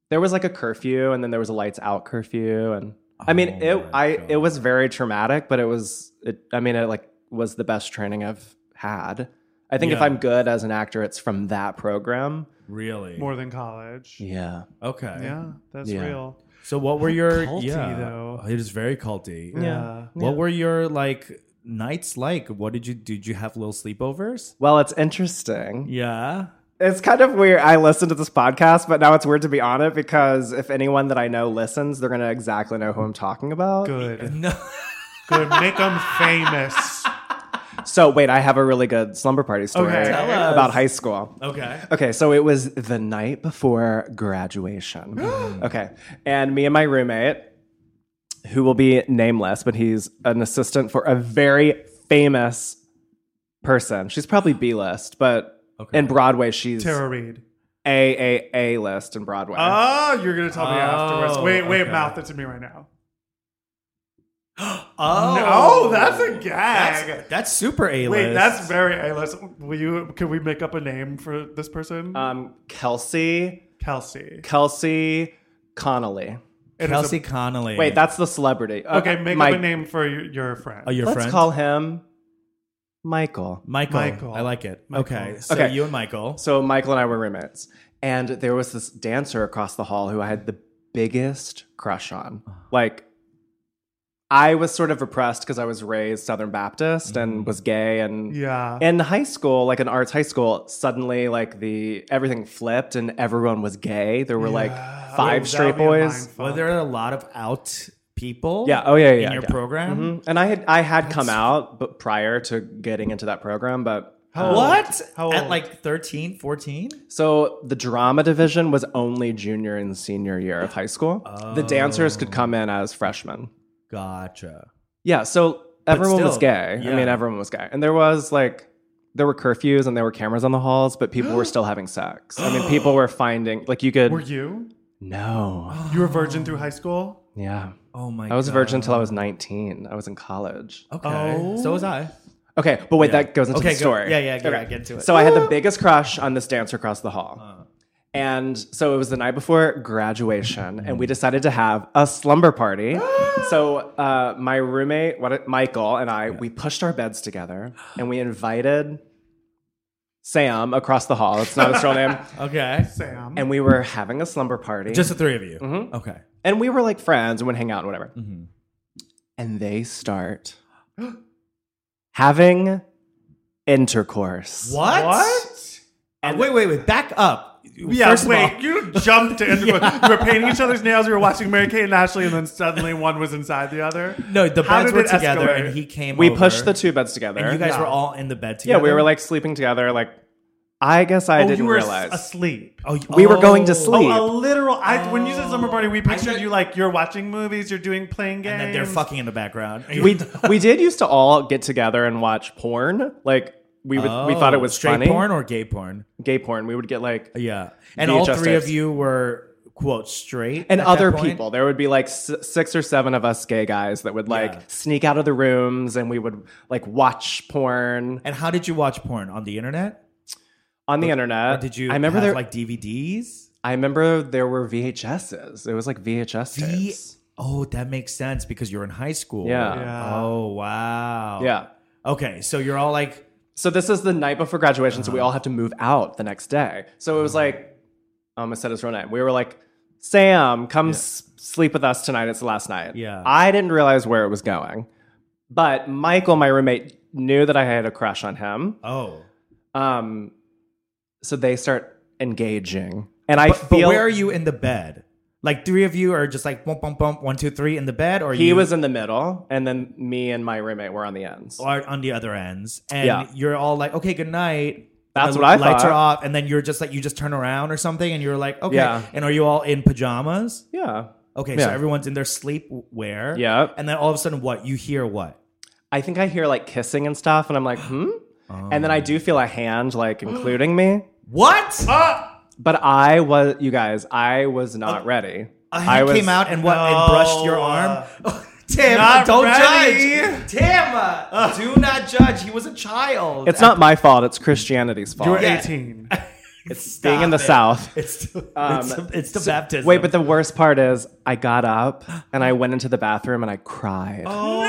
there was like a curfew, and then there was a lights out curfew, and I mean,
Oh my
it I
God.
it was very traumatic, but it was it. I mean, it like was the best training I've had. I think if
Yeah.
I'm good as an actor, it's from that program.
Really?
more than college. Yeah,
Yeah,
Okay.
that's
Yeah.
real.
So, what were your?
Culty,
yeah,
though.
it is very culty.
yeah.
What were your like nights like? What did you did you have little sleepovers?
Well, it's interesting.
Yeah.
It's kind of weird. I listen to this podcast, but now it's weird to be on it because if anyone that I know listens, they're going to exactly know who I'm talking about.
Good.
No.
Good. Make them famous.
So, wait, I have a really good slumber party story
Okay. Tell
us.
about high school.
Okay.
Okay, so it was the night before graduation. okay, and me and my roommate, who will be nameless, but he's an assistant for a very famous person. She's probably B list, but in Broadway, she's
Tara Reid.
A A A list in Broadway.
Oh, you're gonna tell
Oh,
me afterwards. Wait, wait,
okay.
mouth it to me right now.
Oh
Oh, that's a gag.
That's, that's super A list.
wait, that's very A-list. Will you? Can we make up a name for this person?
Um, Kelsey,
Kelsey.
Kelsey Connolly.
It is a-
Kelsey Connolly.
Wait, that's the celebrity.
okay, make
my-
up a name for your, your friend.
Oh, your
Let's
friend.
call him Michael.
Michael.
Michael.
I like it.
Michael.
Okay. So
Okay.
you and Michael.
So Michael and I were roommates, and there was this dancer across the hall who I had the biggest crush on.
Uh-huh.
Like, I was sort of oppressed because I was raised Southern Baptist and was gay and
Mm-hmm. yeah.
in high school like an arts high school suddenly like the everything flipped and everyone was gay there were like
Yeah.
five
Wait, that'd
straight
be a mind
boys
fuck.
Were there a lot of out people?
Yeah. Oh, yeah. Yeah.
In your
yeah.
program?
Mhm. And I had I had come out, but prior to getting into that program, but
How
What?
How old?
At like 13, 14?
so the drama division was only junior and senior year of high school. The dancers could come in as freshmen.
Gotcha.
Yeah. So everyone was
still,
gay.
yeah.
I mean, everyone was gay, and there was like. There were curfews and there were cameras on the halls, but people were still having sex. I mean, people were finding like you could
Were you?
no,
You were virgin through high school.
yeah.
Oh my
I was a virgin until I was nineteen. I was in college.
Okay. So was I.
Okay, but wait, that goes into
Okay,
the
go-
story.
yeah, yeah, get- get to it. Uh-huh.
So I had the biggest crush on this dancer across the hall. And so it was the night before graduation,
Mm.
and we decided to have a slumber party. so uh, my roommate, what, Michael, and I, we pushed our beds together, and we invited Sam across the hall. It's not his real name.
Okay.
Sam.
And we were having a slumber party.
Just the three of you. Okay.
and we were like friends and would hang out and whatever.
Mm-hmm.
And they start having intercourse.
What?
What?
Uh, wait, wait, wait. Back up.
Yeah,
First of
wait,
all-
you jumped to intercourse. You were painting each other's nails, you were watching Mary Kate and Ashley, and then suddenly one was inside the other.
no, the
How
beds
did
were
it
together
escalate?
and he came
We
over,
pushed the two beds together.
And you guys were all in the bed
yeah,
together.
we were like sleeping together. Like, I guess I
Oh,
didn't
you were
realize.
asleep.
Oh, you-
we were going to
oh.
sleep.
Oh, a literal. I, When you said summer party, we pictured
said-
you like you're watching movies, you're doing playing games.
And then they're fucking in the background.
we we did used to all get together and watch porn. Like we would, we thought it was
Oh, straight
funny.
porn or gay porn.
gay porn. We would get like
Yeah, and all
VHS
three of
tapes.
you were quote straight
and
at that
other
point.
people. There would be like s- six or seven of us gay guys that would like
Yeah.
sneak out of the rooms and we would like watch porn
And how did you watch porn on the internet?
on the
Or
internet.
did you?
I remember
have,
there.
like DVDs.
I remember there were VHSs. It was like VHS
V-
tapes.
oh, that makes sense because you're in high school.
Yeah.
Yeah.
Oh wow.
yeah.
Okay, so you're all like,
So this is the night before graduation, so we
Uh-huh.
all had to move out the next day. So it was like, um, I said his real name. We were like, Sam, come s- sleep with us tonight. It's the last night.
Yeah.
I didn't realize where it was going, but Michael, my roommate, knew that I had a crush on him.
oh.
Um, so they start engaging, and I
But, but
feel
where are you in the bed? Like three of you are just like bump bump bump one two three in the bed, or
he
you
was in the middle, and then me and my roommate were on the ends.
are on the other ends, and
Yeah.
you're all like, okay, good night.
That's
The
what I
Lights
thought.
are off, and then you're just like you just turn around or something, and you're like, okay.
Yeah.
And are you all in pajamas?
yeah,
Okay, so
Yeah.
everyone's in their sleepwear.
Yep.
And then all of a sudden, what you hear? What?
I think I hear like kissing and stuff, and I'm like, hmm. And then I do feel a hand like including me.
What?
But I was, you guys, I was not ready.
A hand
I was,
came out and what?
No,
and brushed your
uh,
arm. Oh, Tim,
not
don't
ready.
judge. Tim, uh, do not judge. He was a child.
It's not my fault. It's Christianity's fault.
You were
Yeah.
18.
It's being in the
Stop it.
South.
It's the, it's,
Um,
the, it's the baptism.
Wait, but the worst part is, I got up and I went into the bathroom and I cried
Oh,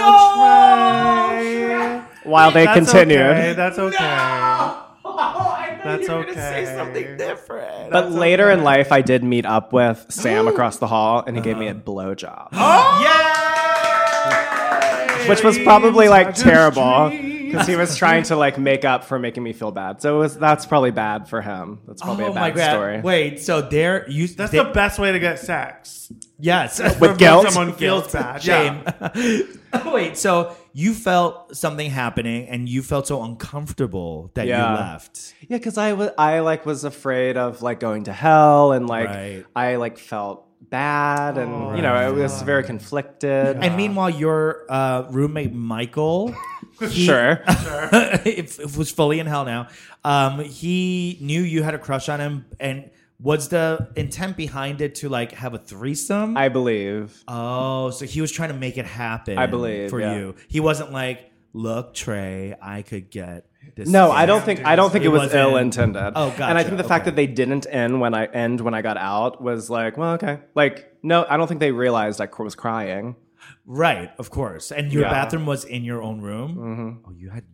no!
while they
That's
continued.
okay. That's okay.
I Oh, thought
That's
you were gonna say
okay.
something different. Oh,
But later in life, I did meet up with Sam across the hall, and he gave me
Uh-huh.
a blowjob,
yeah.
which was probably like
Dreams are just
terrible
dreams.
because he was trying to like make up for making me feel bad. So it was, that's probably bad for him. That's probably
Oh
a bad
my god!
story.
Wait, so there you?
That's
they-
the best way to get sex.
yes
With guilt?
Someone feels bad. Yeah.
shame. Oh, Wait, so you felt something happening, and you felt so uncomfortable that you
Yeah.
left.
Yeah, because I was I like was afraid of like going to hell and like
Right.
I like felt bad and you know I was very conflicted.
Oh. And meanwhile, your uh, roommate Michael, he-
sure,
if, if was fully in hell now. Um, he knew you had a crush on him, and was the intent behind it to like have a threesome?
I believe.
oh, so he was trying to make it happen.
I believe,
for
yeah.
you. He wasn't like, look, Trey, I could get this.
No, I don't
thing."
think I don't think
It
it was
wasn't-
ill intended.
Oh,
And I
gotcha,
think the fact
okay.
that they didn't end when I end when I got out was like, well, okay. Like, no, I don't think they realized I was crying.
Right, of course. And your
Yeah.
bathroom was in your own room. Mm-hmm. Oh, you had.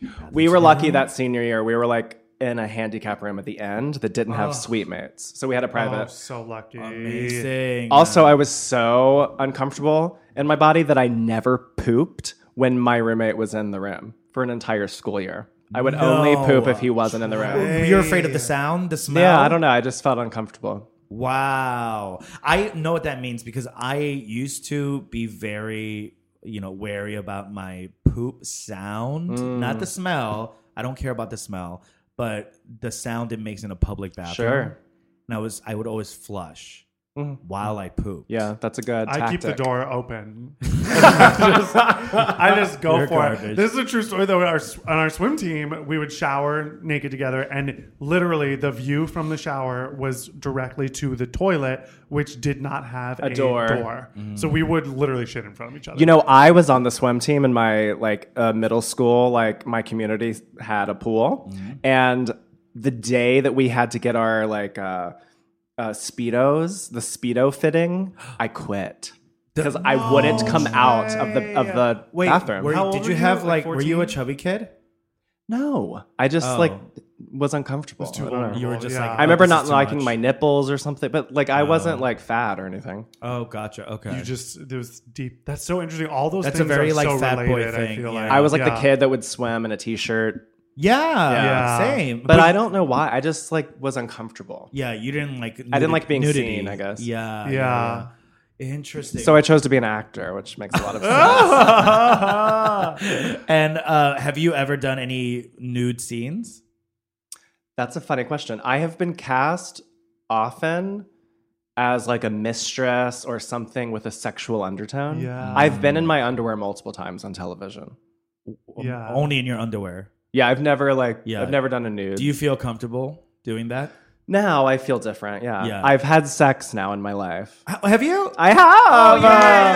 Your
We were lucky that senior year we were like in a handicap room at the end that didn't have suite mates, so we had a
Oh,
private.
so lucky.
amazing.
Mm-hmm. Also, I was so uncomfortable in my body that I never pooped when my roommate was in the room for an entire school year. I would only poop if he wasn't in the room.
you're afraid of the sound, the smell.
Yeah, I don't know. I just felt uncomfortable.
Wow. I know what that means because I used to be very, you know, wary about my poop sound, not
Mm.
the smell. I don't care about the smell, but the sound it makes in a public bathroom.
Sure. Mm.
And I was I would always flush while I pooped.
Yeah, that's a good.
I keep the
tactic.
door open. Just- I just go
You're
for
garbage.
it. This is a true story though. Our, on our swim team, we would shower naked together, and literally the view from the shower was directly to the toilet, which did not have a,
door.
So we would literally shit in front of each other.
You know, I was on the swim team in my like uh, middle school. Like my community had a pool,
Mm-hmm.
and the day that we had to get our like uh, uh, speedos, the speedo fitting, I quit because I wouldn't come out of the of the
Wait,
bathroom.
were-
How old
did
were
you
you?
have like,
Like
were you a
14?
chubby kid?
no, I just
Oh.
like was uncomfortable. I, don't know.
vulnerable.
You were just
Yeah.
like
I remember
"Oh, this is too
not liking
much."
my nipples or something, but like I wasn't like fat or anything.
Oh, gotcha. Okay.
You just there was deep. That's so interesting. All those
That's a
things
very,
are
like,
so
fat boy
related,
thing,
I feel
yeah.
like
I was like
Yeah.
the kid that would swim in a t-shirt,
yeah,
Yeah.
Same.
but I don't know why. I just like was uncomfortable.
Yeah, you didn't like.
I didn't like being
nudity.
seen, I guess.
Yeah.
Yeah.
Interesting.
So I chose to be an actor, which makes a lot of sense.
and uh, have you ever done any nude scenes?
That's a funny question. I have been cast often as like a mistress or something with a sexual undertone.
Yeah.
I've been in my underwear multiple times on television.
Yeah.
Only in your underwear.
Yeah, I've never like
Yeah.
I've never done a nude.
Do you feel comfortable doing that?
Now I feel different. Yeah.
Yeah.
I've had sex now in my life.
Ha- Have you?
I
Oh,
have. uh,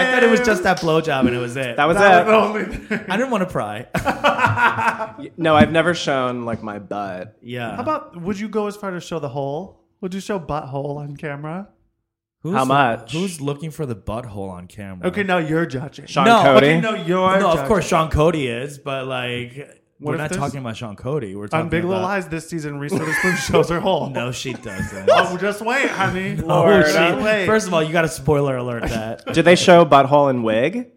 I thought it was just that blowjob and it was it.
That was
That
it.
was the only thing.
I didn't want to pry.
No, I've never shown like my butt.
yeah.
How about would you go as far to show the hole? Would you show butthole on camera?
Who's-
How much?
Who's looking for the butthole on camera?
Okay, now you're judging.
Sean
No,
Cody.
okay, no, you're.
No,
judging.
of course Sean Cody is, but like
What
we're
if
not
there's-
talking about Sean Cody. We're talking
On Big Little
about-
Lies this season, Reese Witherspoon shows her hole.
No, she doesn't.
Oh, just wait, honey.
Oh,
Lord,
she-
uh, wait.
First of all, you got to spoiler alert that.
Did they show butthole and wig?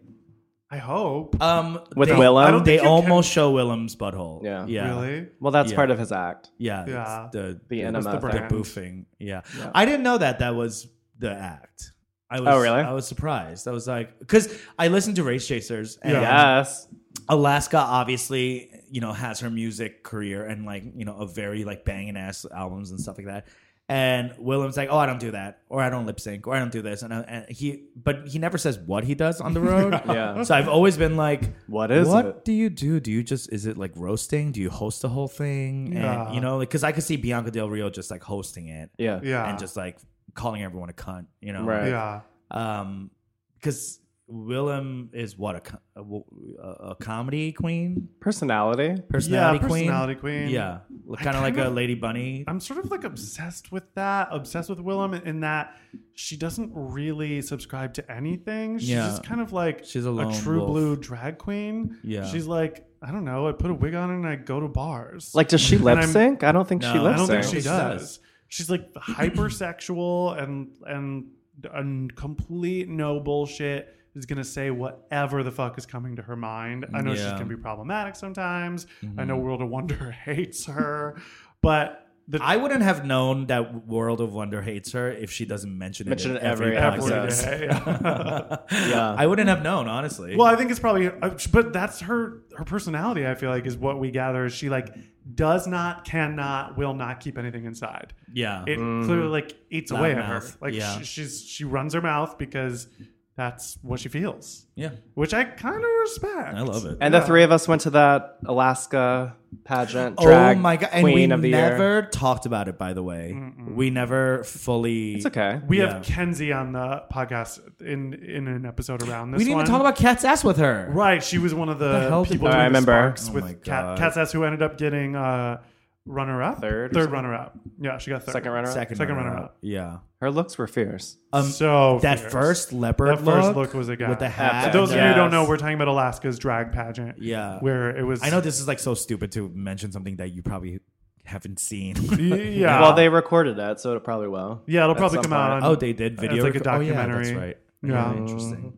I hope.
Um,
With
they,
Willem? I don't
they
think you
almost show Willem's butthole.
Yeah.
yeah,
Really?
Well, that's
Yeah.
part of his act.
yeah. it's
Yeah.
The
The
the,
enema.
the
the
brand.
boofing. Yeah. I didn't know that that was the act. I was,
Oh, really?
I was surprised. I was like, because I listened to Race Chasers, and
Yes.
Alaska obviously, you know, has her music career and like, you know, a very like banging ass albums and stuff like that. And Willem's like, oh, I don't do that, or I don't lip sync, or I don't do this, and, I, and he, but he never says what he does on the road.
Yeah.
So I've always been like,
What is
what
it?
do you do? Do you just is it like roasting? Do you host the whole thing?
Yeah.
And you know, because I could see Bianca Del Rio just like hosting it
Yeah.
yeah.
and just like calling everyone a cunt, you know?
Right.
yeah.
Um, because Willem is what a co- a, wo- a- a comedy queen,
Personality.
personality
Yeah,
queen,
personality queen.
Yeah, kind
kind
of like a
of-
lady bunny.
I'm sort of like obsessed with that, obsessed with Willem in that she doesn't really subscribe to anything. She's
Yeah.
just kind of like
She's a lone
true
wolf.
blue drag queen.
Yeah.
She's like, I don't know, I put a wig on and I go to bars.
Like, does she lip
I'm-
sync? I don't think she
No,
I
lip
don't think
syncs.
she
She
does.
does.
She's like hypersexual and and and complete no bullshit is gonna say whatever the fuck is coming to her mind. I know she's
Yeah.
gonna be problematic sometimes. I know World of Wonder hates her, but the
I wouldn't have known that World of Wonder hates her if she doesn't mention it.
Mention
in
it
every,
every
every
episode.
episode.
day.
Yeah.
I wouldn't have known, honestly.
Well, I think it's probably, uh, but that's her her personality. I feel like is what we gather. Is she like does not, cannot, will not keep anything inside.
yeah,
It clearly
Mm-hmm.
like eats
Loud
away at her.
mouth.
Like
Yeah.
she, she's she runs her mouth because that's what she feels,
yeah,
which I kind of respect.
I love it.
and the three of us went to that Alaska pageant
oh
drag
my god! And
queen
we
of the
never
year.
talked about it. By the way, we never fully.
It's okay.
We
Yeah.
have Kenzie on the podcast in in an episode around this.
We didn't
one.
even talk about Cat's ass with her.
Right, she was one of the,
The hell did
people
that-
doing
I remember.
the sparks
Oh my
with Kat,
God.
Kat's ass, who ended up getting uh, runner up,
Third
third
or something?
runner up. Yeah, she got third.
Second runner.
Second,
Second Uh,
runner,
runner-up.
up. Yeah.
Her looks were fierce.
Um,
So
that
fierce.
first leopard
That
look,
first look was a guy.
with the
For
hat.
Those of you
Yes.
who don't know, we're talking about Alaska's drag pageant.
Yeah.
where it was.
I know this is like so stupid to mention something that you probably haven't seen.
Yeah.
Well, they recorded it, so it probably will.
Yeah, it'll
At
probably
some
come out
point.
on.
oh, they did
It's
video
like a
rec- oh, yeah,
documentary.
that's right.
Yeah.
Very interesting.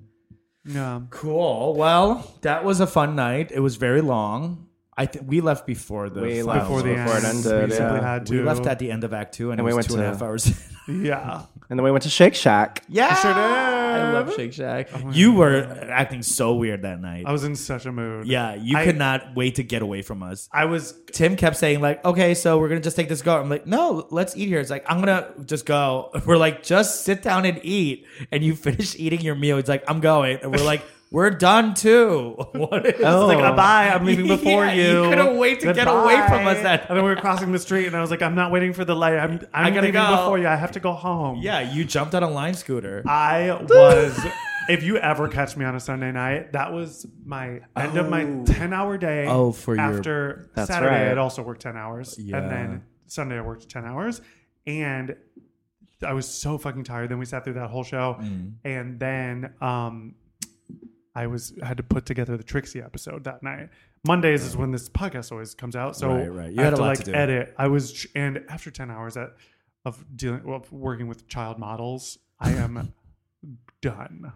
Yeah.
Cool. Well, that was a fun night. It was very long. I th- we left before the
We
finals
left
Before the
were
end,
Before it
over.
ended,
we
yeah.
simply had to.
We left at the end of Act Two, and,
And
it
we
was
went
two and a
to-
half hours.
Yeah.
And then we went to Shake Shack.
yeah,
sure did. Oh,
I love Shake Shack. you were acting so weird that night.
I was in such a mood.
yeah, you
I-
could not wait to get away from us.
I was.
Tim kept saying like, "Okay, so we're gonna just take this go." I'm like, "No, let's eat here." It's like I'm gonna just go. We're like, "Just sit down and eat." And you finish eating your meal. He's like, "I'm going," and we're like, "We're done too." What is
Oh.
Like, "Ah, bye, I'm leaving before
Yeah,
you.
you couldn't wait to get away from us that-
And then we were crossing the street, and I was like, "I'm not waiting for the light. I'm, I'm
I gotta
leaving
go.
before you. I have to go home."
Yeah, you jumped on a line scooter.
I was. if you ever catch me on a Sunday night, that was my end of my ten-hour day.
Oh, for your-
after
That's
Saturday,
right.
I'd also worked ten hours,
Yeah.
and then Sunday I worked ten hours, and I was so fucking tired. Then we sat through that whole show,
Mm.
and then um, I was had to put together the Trixie episode that night. Mondays is when this podcast always comes out, so
Right, right. You
I
had
have
a
to
lot
like
to do.
edit. I was, and after ten hours at, of dealing, well, of working with child models, I am done,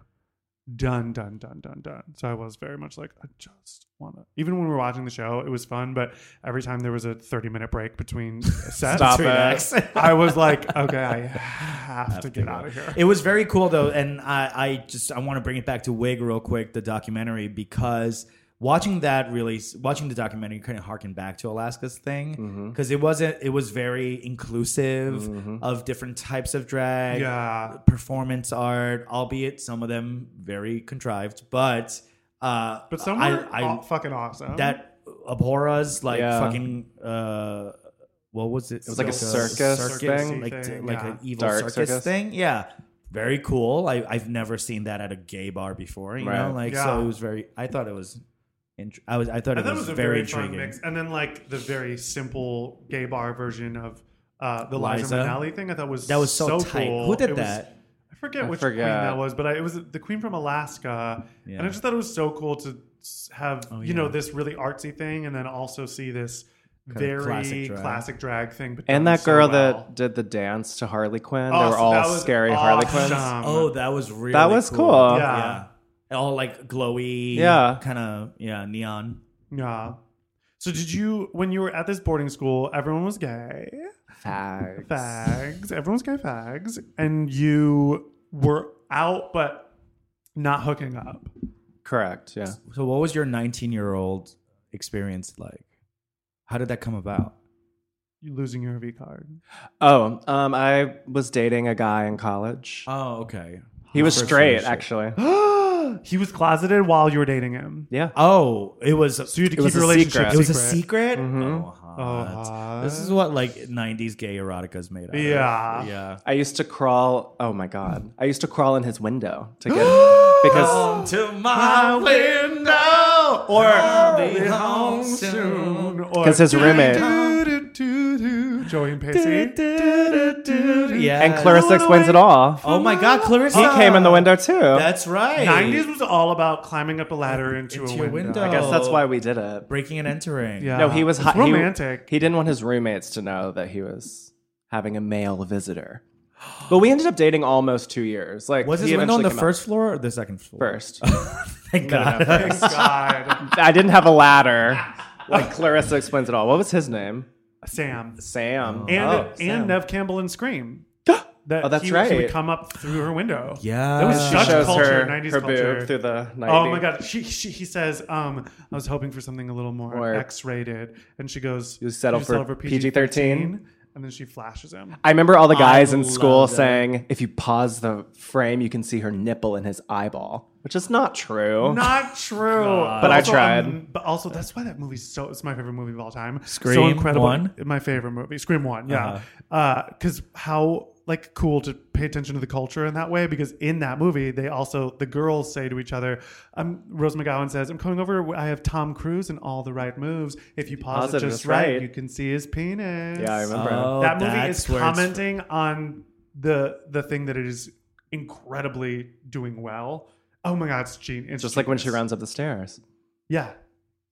done, done, done, done, done. So I was very much like, I just want to. Even when we were watching the show, it was fun, but every time there was a thirty-minute break between sets,
Stop it.
I was like, okay, I have, to get out of here.
It was very cool though, and I, I just I want to bring it back to Wig real quick, the documentary, because watching that really watching the documentary kind of harken back to Alaska's
Mm-hmm.
thing because it wasn't it was very inclusive of different types of drag,
Yeah.
performance art, albeit some of them very contrived, but uh,
But some
I-
were
I-
aw- fucking awesome.
that abhorras like
Yeah.
fucking uh what was it? It
was like a circus thing?
like
Circusy
like
thing,
an evil
Dark
circus,
circus?
thing. Yeah, very cool. I I've never seen that at a gay bar before. You
Right.
know, like
Yeah.
so it was very. I thought it was. Int- I was. I thought
I
it
thought
was, very, intriguing.
fun mix. And then like the very simple gay bar version of uh, the
Liza.
Liza Minnelli thing, I thought was
That was so tight.
cool.
Who did
It was-
that?
I forget
I
which
forget.
queen that was, but I, it was the queen from Alaska, and
Yeah.
I just thought it was so cool to s- have
Oh,
you know
yeah.
this really artsy thing, and then also see this
of
very
classic
classic
drag.
drag. thing. But
And
done
that
so
girl
well.
that did the dance to Harley Quinn. they were
Awesome.
all
That was
scary Harley Quinns.
awesome.
Oh, that was really.
That was
cool.
cool.
Yeah.
And All like glowy.
Yeah.
Kind of yeah neon.
yeah. So did you when you were at this boarding school? Everyone was gay.
Fags.
fags. Everyone's gay fags, and you were out, but not hooking up.
Correct. Yeah.
So what was your 19 year old experience like? How did that come about?
You losing your V card.
Oh, um, I was dating a guy in college.
Oh okay.
he was
First
straight,
relationship.
actually.
he was closeted while you were dating him.
Yeah.
Oh, it was.
So you had to
It was
keep your
a
relationship.
secret.
it was a secret. Oh,
Oh,
hot.
hot.
This is what like 90s gay erotica is made out of.
Yeah.
Yeah.
I used to crawl. Oh my god! I used to crawl in his window to get because
To my window or be home soon.
because his roommate
roommate. Joey and Pacey.
Yeah.
and Clarissa explains it all.
Oh my God, Clarissa.
He came in the window too.
That's right.
90s was all about climbing up a ladder into,
Into
a
your
window.
window.
I guess that's why we did it.
Breaking and entering.
Yeah.
No, he was
It's
hot.
romantic.
He, he didn't want his roommates to know that he was having a male visitor. But we ended up dating almost two years. Like
Was his
he
window on the
eventually came out
first floor or the second floor?
First,
Thank God.
Thank God.
I didn't have a ladder. Like Clarissa explains it all. What was his name?
Sam.
Sam.
And
Oh,
and
Sam.
Nev Campbell and Scream. That
Oh, that's
he, He
right.
would come up through her window.
Yeah.
That was
she
such
shows
culture,
her
90s
her
culture.
boob through the 90s.
Oh my god, she, she he says, um, I was hoping for something a little more
Or-
X-rated, and she goes,
You settle for PG-13?
and then she flashes him.
I remember all the guys in
love
school
that.
saying, if you pause the frame, you can see her nipple in his eyeball, which is not true.
Not true,
But I
also, um,
tried.
but also, that's why that movie's so. It's my favorite movie of all time. so
Scream
incredible.
one? Uh-huh.
my favorite movie, Scream One. Yeah, because how like cool to pay attention to the culture in that way. Because in that movie, they also the girls say to each other, um, Rose McGowan says, "I'm coming over. I have Tom Cruise and all the right moves. If you pause it
Positive,
just
that's
right,
right.
you can see his penis."
Yeah, I remember.
Oh,
that movie
that's
is
where it's-
commenting on the the thing that it is incredibly doing well. Oh my God, it's genius!
Just like when she runs up the stairs.
Yeah,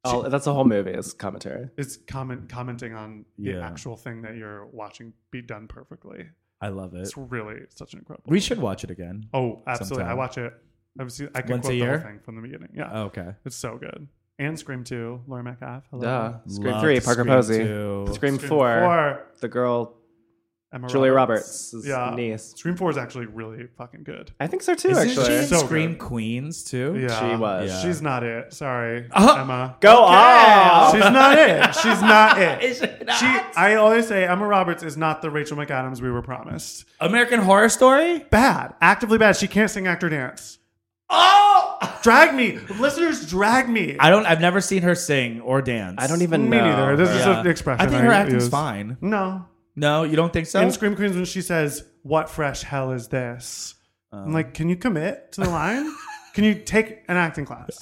Oh, that's the whole movie is commentary.
it's comment commenting on the
Yeah.
actual thing that you're watching be done perfectly.
I love it.
It's really such an incredible.
We should watch it again.
oh, absolutely!
Sometime.
I watch it. I've seen. I can
Once a
quote the
year? Oh.
whole thing from the beginning. Yeah,
Okay.
it's so good. And Scream Two, Laurie Metcalf. Hello.
Duh. Scream
Love
3,
to
Parker
Scream
Posey.
two.
Scream,
Scream
4,
Four,
the girl,
Emma
Julia Roberts' niece.
Scream Four is actually really fucking good.
I think so too,
Isn't
actually.
she in
So
Scream
good.
Queens too?
Yeah,
She was.
Yeah. Uh-huh.
She's not it. Sorry, Emma.
Go on.
She's not it. She's not it. She, I always say Emma Roberts is not the Rachel McAdams we were promised.
American Horror Story?
Bad, actively bad. She can't sing, act, or dance.
Oh!
Drag me, listeners. Drag me.
I don't I've never seen her sing or dance.
I don't even
me
know.
neither. This is
Yeah.
an expression.
I think her acting's
use.
fine.
No,
No, you don't think so?
in Scream Queens when she says, "What fresh hell is this?"
Um.
I'm like, can you commit to the line? can you take an acting class?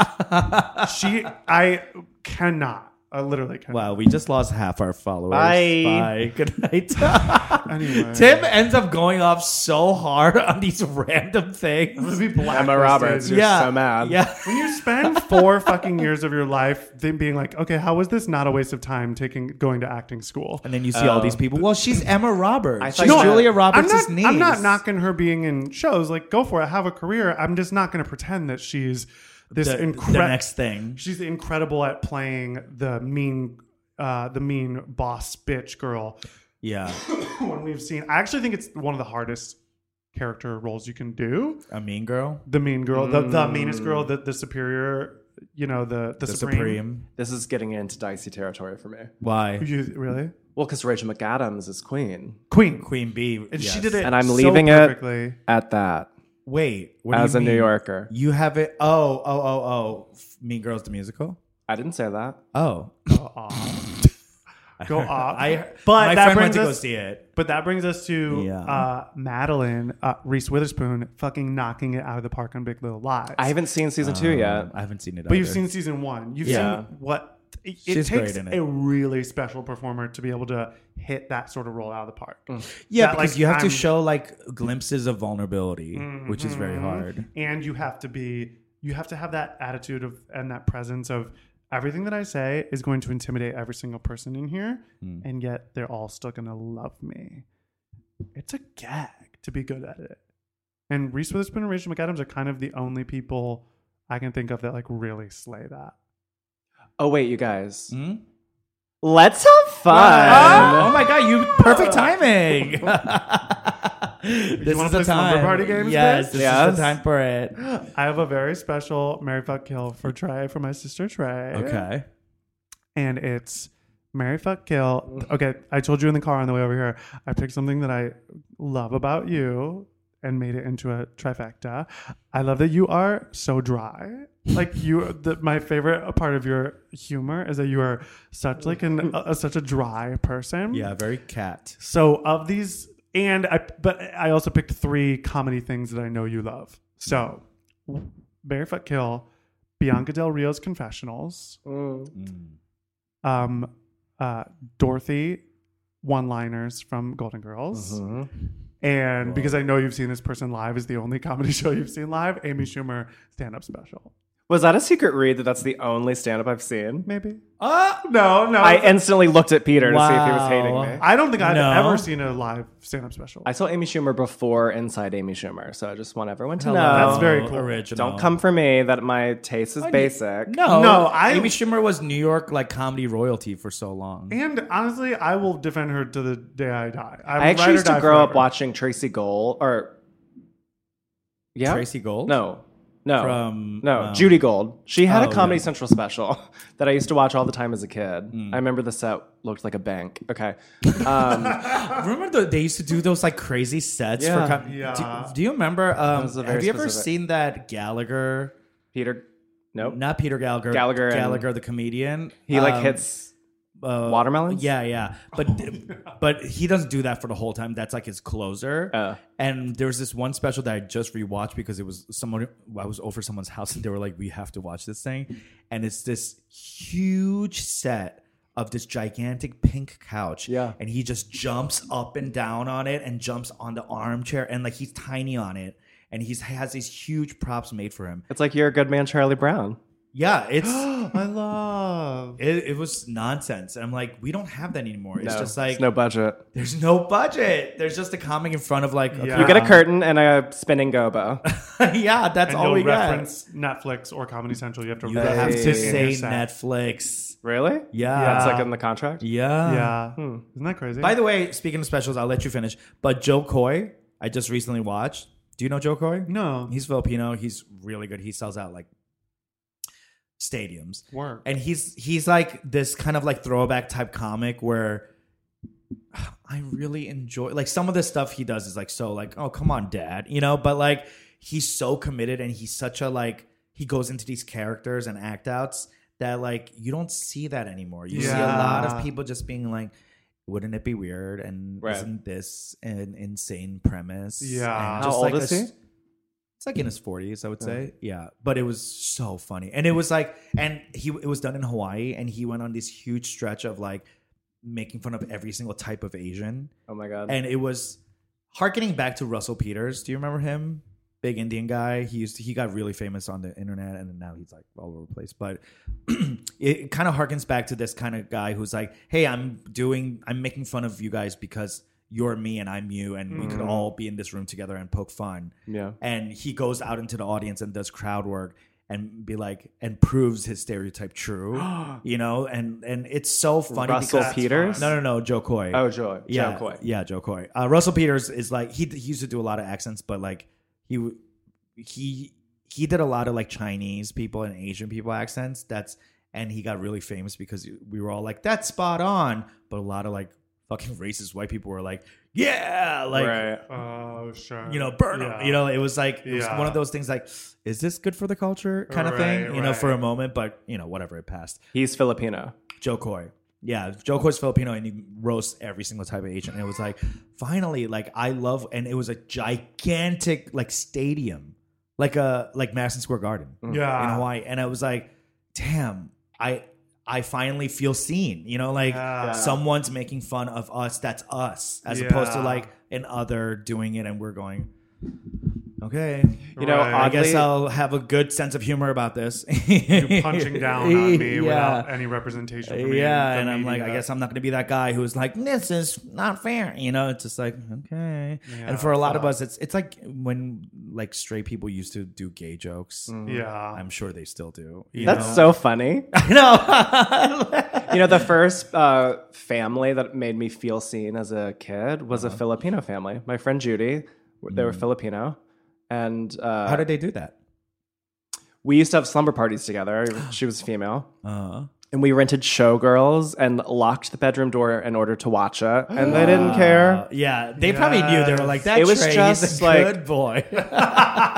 she, I cannot. I literally cannot.
Wow, we just lost half our followers.
Bye.
Bye. Good night.
Anyway.
Tim ends up going off so hard on these random things.
Be blacklisted.
Emma Roberts. You're
Yeah.
so mad.
Yeah.
When you spend four fucking years of your life then being like, okay, how was this not a waste of time taking going to acting school?
And then you see all these people. Well, she's Emma Roberts.
I thought
she's
you-
Julia
I'm
Roberts'
Um, I'm not,
niece.
I'm not knocking her being in shows. Like, go for it. Have a career. I'm just not going to pretend that she's this
the,
incredible.
the next thing.
She's incredible at playing the mean, uh, the mean boss bitch girl.
Yeah.
When we've seen, I actually think it's one of the hardest character roles you can do.
A mean girl.
The mean girl, the, the meanest girl, the, the superior. You know, the the,
The
supreme.
Supreme.
This is getting into dicey territory for me.
Why?
You really
Well, because Rachel McAdams is queen.
queen,
Queen Bee.
and she
yes.
did it.
And I'm
so
leaving it
perfectly.
at that
Wait. What do
as
you
a New
mean?
Yorker.
You have it. Oh, oh, oh, oh. Mean Girls the musical.
I didn't say that.
Oh,
Aw.
I
go off.
I
but
my
that
friend went
brings
to go
us-
see it.
But that brings us to
Yeah.
uh, Madeline uh, Reese Witherspoon fucking knocking it out of the park on Big Little Lies.
I haven't seen season two yet.
Um, I haven't seen it.
but you've seen season one. You've
Yeah.
seen what it, it
She's great
takes
in it.
a really special performer to be able to hit that sort of role out of the park.
yeah,
that,
because
like,
you have to
I'm- Mm-hmm.
show like glimpses of vulnerability, which is very hard.
and you have to be you have to have that attitude of and that presence of everything that i say is going to intimidate every single person in here and yet they're all still going to love me it's a gag to be good at it and reese witherspoon and rachel mcadams are kind of the only people i can think of that like really slay that
Oh wait, you guys,
Hmm?
let's have fun.
Oh, my god, you perfect timing. this
wanna
is
play
the
some number
time.
party games
yes,
next?
this
Yes.
is the time for it.
i have a very special mary fuck kill for trey for my sister trey
Okay.
and it's Mary Fuck Kill. Okay, I told you in the car on the way over here, I picked something that I love about you and made it into a trifecta. I love that you are so dry. Like you, the, my favorite part of your humor is that you are such like an a, such a dry person.
Yeah, very cat.
So of these, and I, but I also picked three comedy things that I know you love. So, Barefoot Kill, Bianca Del Rio's Confessionals, um, uh, Dorothy one-liners from Golden Girls. And because I know you've seen this person live, is the only comedy show you've seen live. Amy Schumer stand-up special,
Was that a secret read that that's the only stand up I've seen?
maybe.
Oh,
No, no,
I
I,
instantly looked at Peter to see if he was hating
Wow.
me.
don't think I've
No.
ever seen a live stand-up special.
I saw Amy Schumer before Inside Amy Schumer, so I just want everyone to know.
That's very cool.
original.
Don't come for me that my taste is basic.
No,
No, I-
Amy Schumer was New York like comedy royalty for so long.
and honestly, I will defend her to the day I die. I'm
I
ride or
actually used to
die
grow up
forever.
watching Tracy Gold or yeah,
Tracy Gold?
No, no,
From,
no,
um,
Judy Gold. She had
Oh,
a Comedy
yeah. Hmm.
Central special that I used to watch all the time as a kid. I remember the set looked like a bank. Okay, um,
Remember the, they used to do those like crazy sets
Yeah.
for com-
Yeah.
do, do you remember um,
Those are very
have you ever
specific.
seen that Gallagher
Peter, nope,
not Peter Gallagher
Gallagher and-
Gallagher the comedian
he like
Um,
hits
uh,
watermelons. Oh,
Yeah, yeah. But but he doesn't do that for the whole time. That's like his closer.
Oh.
And there was this one special that I just rewatched because it was someone I was over someone's house and they were like, "We have to watch this thing," and it's this huge set of this gigantic pink couch.
Yeah.
And he just jumps up and down on it and jumps on the armchair and like he's tiny on it. And he has these huge props made for him.
it's like you're a good man, Charlie Brown.
Yeah, it's
I love.
it, it was nonsense. And I'm like, we don't have that anymore. It's
No,
just like
it's no budget.
There's no budget. There's just a comic in front of like a
Yeah.
You get a
crowd.
curtain and a spinning gobo.
yeah, that's
And
all we
you'll
got.
reference Netflix or Comedy Central. You have to
You
reference
have
it
to
in your
say
set.
Netflix.
really?
Yeah.
Yeah.
That's like in the contract.
Yeah.
Yeah, Hmm.
Hmm.
isn't that crazy?
By the way, speaking of specials, I'll let you finish. But Joe Coy, I just recently watched. Do you know Joe Coy?
no,
He's Filipino. He's really good. He sells out like stadiums.
Work.
And he's he's like this kind of like throwback type comic where I really enjoy like some of the stuff he does is like so like, oh come on, dad, you know, but like he's so committed and he's such a like he goes into these characters and act outs that like you don't see that anymore. You see a lot
Yeah.
of people just being like wouldn't it be weird? And
Right.
isn't this an insane premise?
Yeah.
And
How
just,
old
like,
is
a
he?
s- it's like in his 40s i would say yeah but it was so funny and it was like and he it was done in hawaii and he went on this huge stretch of like making fun of every single type of asian
Oh my god.
and it was harkening back to russell peters do you remember him big indian guy he used to, he got really famous on the internet and then now he's like all over the place but it kind of harkens back to this kind of guy who's like hey i'm doing i'm making fun of you guys because you're me and i'm you and we could all be in this room together and poke fun
yeah.
and he goes out into the audience and does crowd work and be like and proves his stereotype true you know and and it's so funny
Russell
because
Peters?
no no no joe coy
Oh, Joy.
yeah
Joe Coy.
yeah joe coy uh, russell peters is like he, he used to do a lot of accents but like he w- he he did a lot of like chinese people and asian people accents that's and he got really famous because we were all like that's spot on but a lot of like fucking racist white people were like yeah like
right.
oh sure,
you know, burn 'em.
Yeah.
You know, it was like it was
Yeah.
one of those things like, is this good for the culture kind of
Right,
thing? You know,
right.
for a moment, but you know, whatever it passed.
He's Filipino.
Joe Coy. Yeah, Joe Coy's Filipino, and he roasts every single type of Asian. And it was like, finally, like I love, and it was a gigantic like stadium, like a like Madison Square Garden
Mm.
in
Yeah.
Hawaii, and I was like, damn, I I finally feel seen. You know, like
Yeah.
someone's making fun of us. That's us, as opposed to
Yeah.
like an other doing it, and we're going. Okay,
You know,
Right.
I
oddly,
guess I'll have a good sense of humor about this. You're
Punching down on me without any representation. From me
yeah,
in
and
the
I'm like, I
media.
guess I'm not going to be that guy who's like, this is not fair. You know, it's just like, okay. and for a lot of us, it's it's like when like straight people used to do gay jokes.
Yeah.
I'm sure they still do. you
Mm-hmm. that's
know?
so funny.
no.
you know, the first uh, family that made me feel seen as a kid was
Uh-huh.
a Filipino family. My friend Judy, they were Filipino, and uh,
Mm. How did they do that?
we used to have slumber parties together. She was female.
Uh,
and we rented Showgirls and locked the bedroom door in order to watch it, and they
Ah.
didn't care.
yeah, they probably knew they were like that.
It was
Trey, he's
just
a
like-
good boy.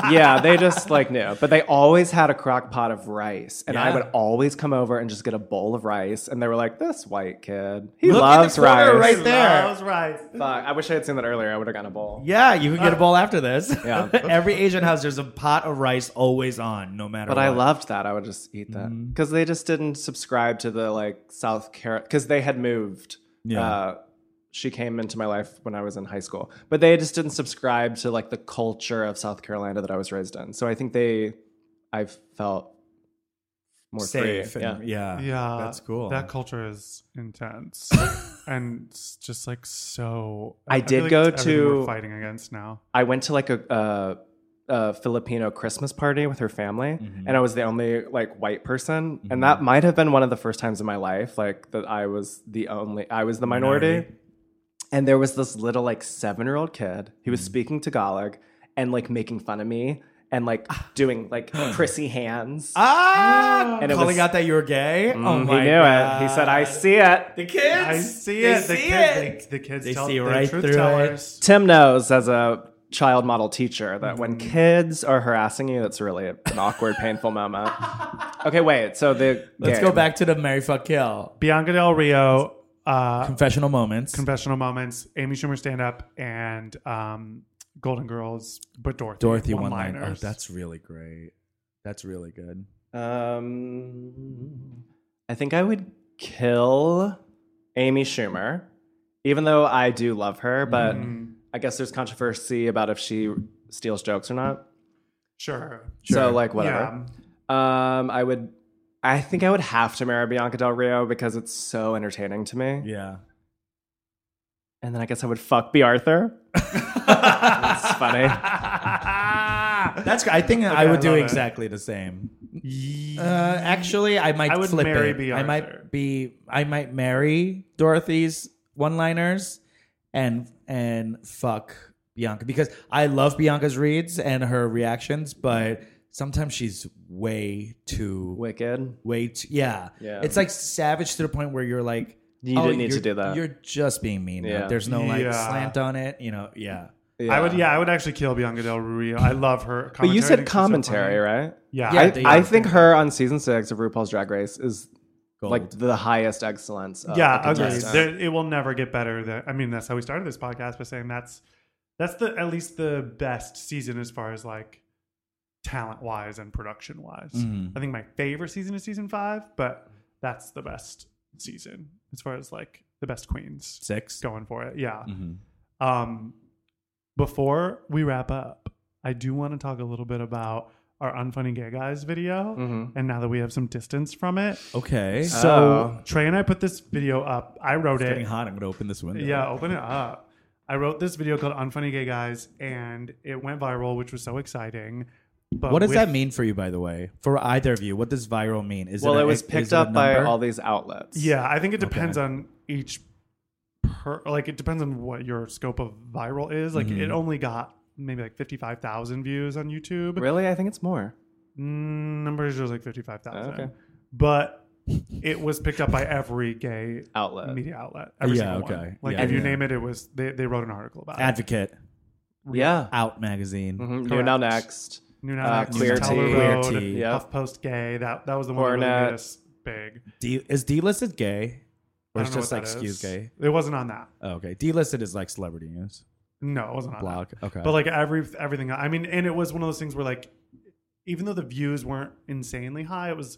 yeah, they just like knew. But they always had a crock pot of rice, and I
Yeah.
would always come over and just get a bowl of rice, and they were like, "This white kid, he
Look at the
loves rice."
corner right there.
That was right.
Fuck, I wish I had seen that earlier. I would have gotten a bowl.
Yeah, you can get a bowl after this.
Yeah.
Every Asian house, there's a pot of rice always on, no matter.
But
what. Mm-hmm.
I loved that. I would just eat that because they just didn't subscribe to the like South Carolina because they had moved.
Yeah.
Uh, she came into my life when I was in high school, but they just didn't subscribe to like the culture of South Carolina that I was raised in. So I think they, I felt more
safe.
free.
and-
Yeah.
yeah.
Yeah.
that's cool.
That culture is intense. and it's just like so.
I
feel
did
like
go
it's everything
to-
We're fighting against now.
I went to like a, a, a Filipino Christmas party with her family,
Mm-hmm.
and I was the only like white person, and that might have been one of the first times in my life like that I was the only I was the minority. And there was this little like seven year old kid. He
Mm-hmm.
was speaking Tagalog and like making fun of me and like doing like prissy hands.
Ah,
And it
calling
was- Mm,
out that you were gay. oh
he
my
knew
god!
it. He said, "I see it."
The kids.
I see
They
it. The,
see
kid,
it.
They, the kids
They
tell
see
they're
right
truth
through it.
tellers.
Tim knows as a child model teacher that when
Mm-hmm.
kids are harassing you, that's really an awkward, painful moment. Okay, wait. So the
Let's
game.
go back to the Mary Fuck Kill
Bianca Del Rio, uh,
confessional moments.
confessional moments, Amy Schumer stand up, and um, Golden Girls, but Dorothy.
Dorothy one line. Oh,
one-liners.
that's really great. That's really good.
Um, I think I would kill Amy Schumer, even though I do love her. But
Mm-hmm.
I guess there's controversy about if she steals jokes or not.
sure.
So like whatever. Um, I would. I think I would have to marry Bianca Del Rio because it's so entertaining to me.
Yeah.
And then I guess I would fuck B. Arthur. That's funny.
That's. I think I would do
love it.
exactly the same. Uh, actually, I might
I would
flip
marry
it.
B.
I
Arthur.
might be. I might marry Dorothy's one-liners, and and fuck Bianca because I love Bianca's reads and her reactions, but sometimes she's way too
Wicked.
way too. Yeah,
Yeah.
It's like savage to the point where you're like, oh,
You didn't need to
you're-
do that."
You're just being mean. now.
Yeah.
There's no like
Yeah.
slant on it. You know. Yeah.
I would, yeah, I would actually kill Bianca Del Rio. I love her.
But
commentary.
you
I think she's
said
so funny.
commentary, right?
Yeah.
I,
they-
I think her on season six of RuPaul's Drag Race is
Gold.
like the highest excellence.
uh,
Of a
yeah, agreed.
contestant.
There, it will never get better. Than, I mean, that's how we started this podcast by saying that's that's the at least the best season as far as like talent wise and production wise.
Mm-hmm.
I think my favorite season is season five, but that's the best season as far as like the best queens
Six.
going for it. Yeah.
Mm-hmm.
Um, before we wrap up, I do want to talk a little bit about our unfunny gay guys video,
Mm-hmm.
Mm-hmm.
and now that we have some distance from it.
Okay.
So
Oh.
Trey and I put this video up. I wrote
Um, It's getting
it.
hot. I'm gonna open this window.
Yeah, uh, open it up. I wrote this video called "Unfunny Gay Guys" and it went viral, which was so exciting. But
What does
with-
that mean for you, by the way? For either of you, what does viral mean? Is
well,
a-
it was
is
picked
a
up by
number?
all these outlets.
Yeah, I think it depends on each. Per, like it depends on what your scope of viral is. Like
Mm-hmm.
it only got maybe like fifty-five thousand views on YouTube.
Really? I think it's more.
Mm, numbers was like fifty-five thousand.
Okay.
But it was picked up by every gay
Outlet.
media outlet. Every
Uh, Yeah,
single
okay.
One. Like
Yeah,
if you
yeah.
name it, it was they, they wrote an article about it.
Advocate
Yeah.
Out magazine.
Mm-hmm.
Mhm. You're now
Correct.
next.
New Now
Uh,
Next,
Clear
Teller
Tea.
Clear
Road,
Tea.
Yeah.
HuffPost Gay. That that was the one that really
Hornet.
made us big.
D- is D listed gay?
I
Or it's
don't know
just
what
like
that
excuse
is.
gay.
It wasn't on that.
Oh, okay. Delisted is like celebrity news.
No, it wasn't on
Blog.
that.
Okay.
But like every everything. I mean, and it was one of those things where like, even though the views weren't insanely high, it was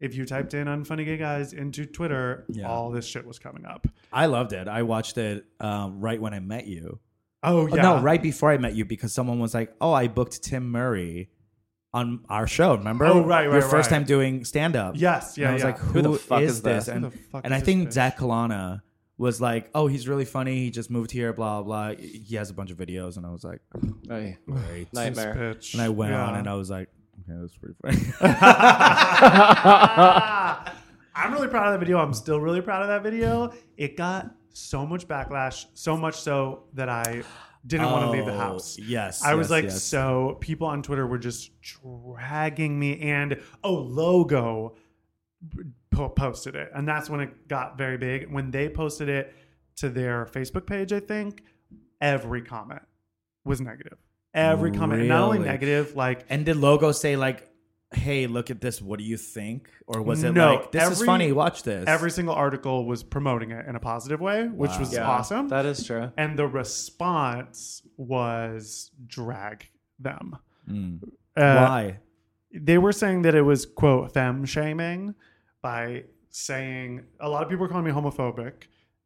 if you typed in "unfunny gay guys" into Twitter,
Yeah.
all this shit was coming up.
I loved it. I watched it um, right when I met you.
Oh
Oh,
yeah,
No, right before I met you because someone was like, "Oh, I booked Tim Murray on our show." Remember?
Oh, right,
Your
right,
first
right.
time doing stand up.
Yes, yeah,
And I was
yeah.
like,
Who the fuck
is
is that?
this?"
Who
And,
the fuck
and
is
I think
this bitch?
Zach Kalana was like, "Oh, he's really funny. He just moved here. Blah blah. blah. He has a bunch of videos." And I was like,
Ay,
"Great." and
nightmare.
Bitch.
I went
Yeah.
on and I was like, "Okay, that's pretty funny."
I'm really proud of that video. I'm still really proud of that video. It got so much backlash, so much so that I didn't want to leave the
Oh,
house.
yes,
I was
yes,
like,
yes.
so people on Twitter were just dragging me, and oh, logo po- posted it, and that's when it got very big. When they posted it to their Facebook page, I think every comment was negative. Every comment, and not only
Really?
negative, like
and did Logo say like, "Hey, look at this. What do you think?" Or was it
No,
like, "This is
every-
funny. Watch this."
every single article was promoting it in a positive way, which was
Yeah,
awesome.
That is true.
and the response was drag them.
Mm.
Uh,
Why?
They were saying that it was quote femme shaming by saying a lot of people were calling me homophobic,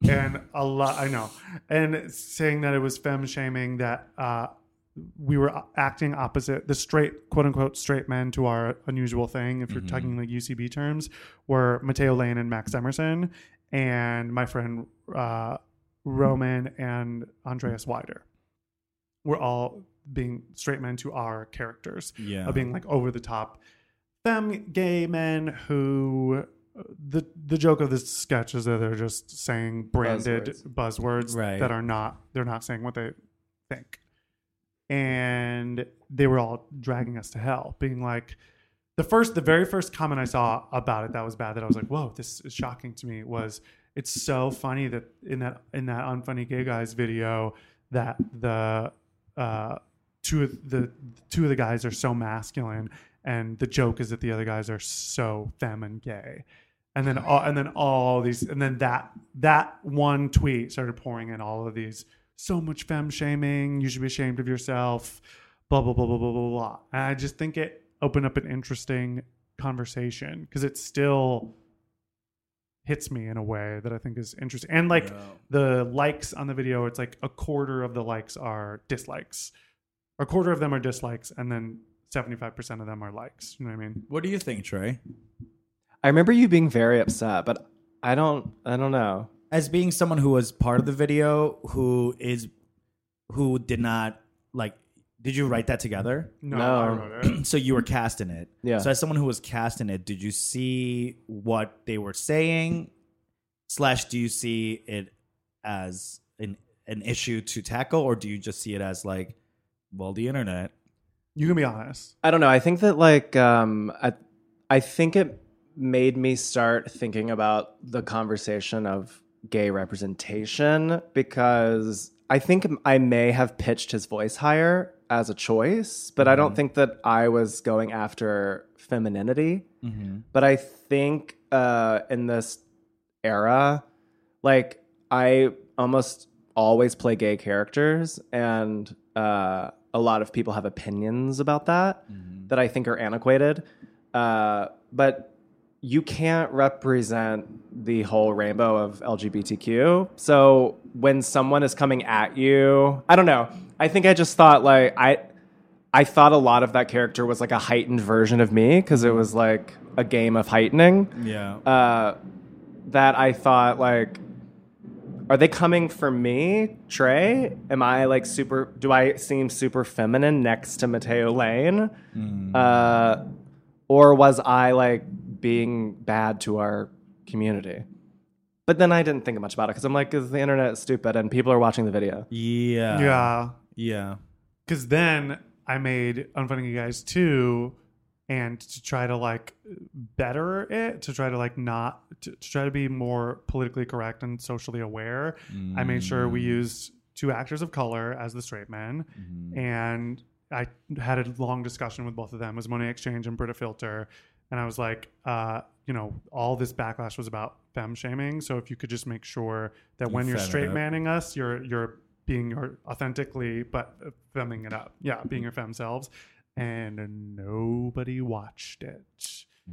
and a lot I know, and saying that it was femme shaming that uh, we were acting opposite the straight quote unquote straight men to our unusual thing. If you're talking like UCB terms, were Mateo Lane and Max Emerson, and my friend uh, Roman and Andreas Wider were all being straight men to our characters
Yeah.
of being like over the top femme gay men who uh, the the joke of this sketch is that they're just saying branded buzzwords,
Right.
that are not they're not saying what they think and they were all dragging us to hell being like the first the very first comment i saw about it that was bad that i was like whoa this is shocking to me was it's so funny that in that in that unfunny gay guys video that the uh two of the two of the guys are so masculine and the joke is that the other guys are so femme and gay and then all and then all these and then that that one tweet started pouring in all of these so much femme shaming you should be ashamed of yourself blah blah blah blah blah blah blah and i just think it opened up an interesting conversation because it still hits me in a way that i think is interesting and like the likes on the video it's like a quarter of the likes are dislikes a quarter of them are dislikes and then 75% of them are likes you know what i mean
What do you think, Trey?
I remember you being very upset, but I don't. I don't know.
as being someone who was part of the video who is who did not like did you write that together
no,
No.
i wrote it
so you were cast in it
Yeah.
so as someone who was cast in it did you see what they were saying slash do you see it as an an issue to tackle or do you just see it as like well the internet
you can be honest
I don't know. I think that like um, I, I think it made me start thinking about the conversation of gay representation because I think I may have pitched his voice higher as a choice, but I don't think that I was going after femininity.
Mm-hmm.
But I think uh, in this era, like I almost always play gay characters, and uh, a lot of people have opinions about that that I think are antiquated. Uh, but you can't represent the whole rainbow of LGBTQ. So when someone is coming at you, I don't know. I think I just thought like I. I thought a lot of that character was like a heightened version of me because it was like a game of heightening
yeah
uh, that I thought like, are they coming for me, Trey? Am I like super? Do I seem super feminine next to Mateo Lane?
Mm.
Uh, or was I like being bad to our community? But then I didn't think much about it because I'm like, is the internet stupid and people are watching the video?
yeah
yeah
yeah
because Um, then I made Unfunny You Guys 2 and to try to like better it, to try to like not, to, to try to be more politically correct and socially aware, I made sure
Mm.
we used two actors of color as the straight men.
Mm-hmm.
Mm.
And I had a long discussion with both of them. It was Money Exchange and Brita Filter. And I was like, uh, you know, all this backlash was about fem- femme shaming. So if you could just make sure that when you're
fem it
straight
up.
manning us, you're you're being your authentically but uh, femming it up. Yeah, being your femme selves. And nobody watched it.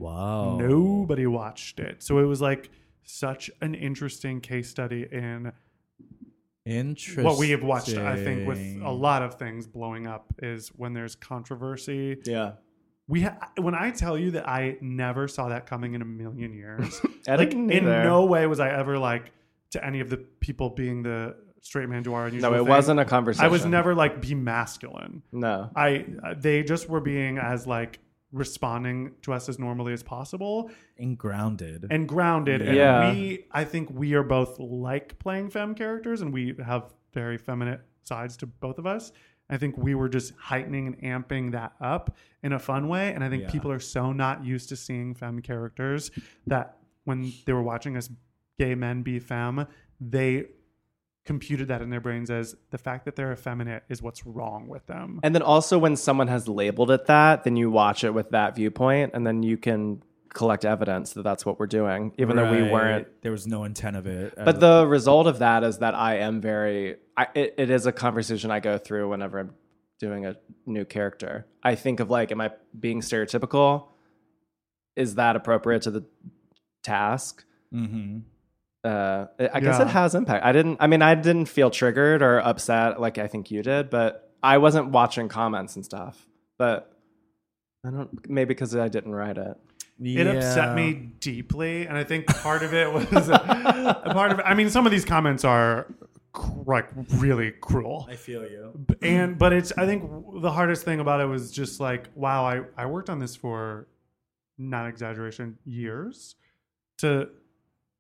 Wow.
Nobody watched it. So it was like such an interesting case study in
Interesting.
what we have watched, I think, with a lot of things blowing up is when there's controversy.
Yeah.
We ha- when I tell you that I never saw that coming in a million years.
I
like
didn't
in
either.
no way was I ever like to any of the people being the straight man to our unusual.
No, it
thing.
wasn't a conversation.
I was never like be masculine.
No.
I they just were being as like responding to us as normally as possible
and grounded.
and grounded.
Yeah.
And we, I think we are both like playing femme characters and we have very feminine sides to both of us. I think we were just heightening and amping that up in a fun way. And I think people are so not used to seeing femme characters that when they were watching us gay men be femme, they computed that in their brains as the fact that they're effeminate is what's wrong with them.
And then also when someone has labeled it that, then you watch it with that viewpoint, and then you can collect evidence that that's what we're doing, even though we
Right.
weren't.
There was no intent of it.
But the result of that is that I am very. I, it, it is a conversation I go through whenever I'm doing a new character. I think of like, am I being stereotypical? Is that appropriate to the task?
mm-hmm.
uh, I I guess
Yeah.
it has impact. I didn't. I mean, I didn't feel triggered or upset like I think you did, but I wasn't watching comments and stuff. But I don't. Maybe because I didn't write it.
It upset me deeply, and I think part of it was a part of. I mean, some of these comments are cr- like really cruel,
I feel you.
and but it's. I think the hardest thing about it was just like, wow, I I worked on this for, not exaggeration, years, to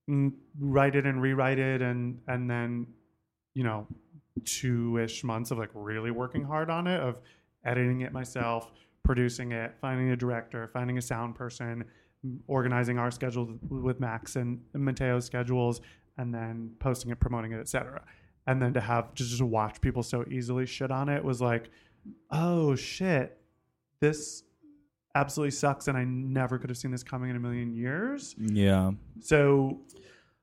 mm, write it and rewrite it, and and then, you know, two ish months of like really working hard on it, of editing it myself, producing it, finding a director, finding a sound person, m- organizing our schedule with Max and Mateo's schedules, and then posting it, promoting it, etc. And then to have to just watch people so easily shit on it was like, oh shit, this absolutely sucks, and I never could have seen this coming in a million years.
Yeah.
So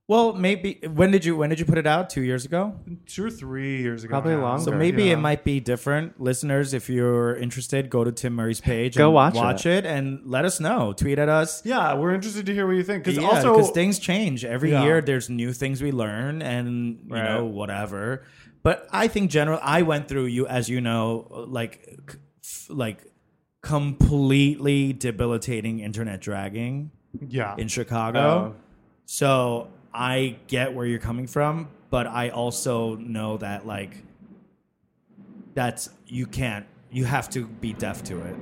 Well, maybe when did you when did you put it out? Two years ago.
two or three years ago,
Probably
now.
longer.
So
Sure.
maybe
Yeah.
it might be different. Listeners, if you're interested, go to Tim Murray's page.
Go
and
watch
it. and let us know. Tweet at us.
Yeah, we're interested to hear what you think because
Yeah,
also
things change every
Yeah.
year. There's new things we learn, and you
Right.
know whatever. But I think general, I went through you as you know, like c- f- like completely debilitating internet dragging
yeah,
in Chicago. So I get where you're coming from, but I also know that like that's you can't you have to be deaf to it.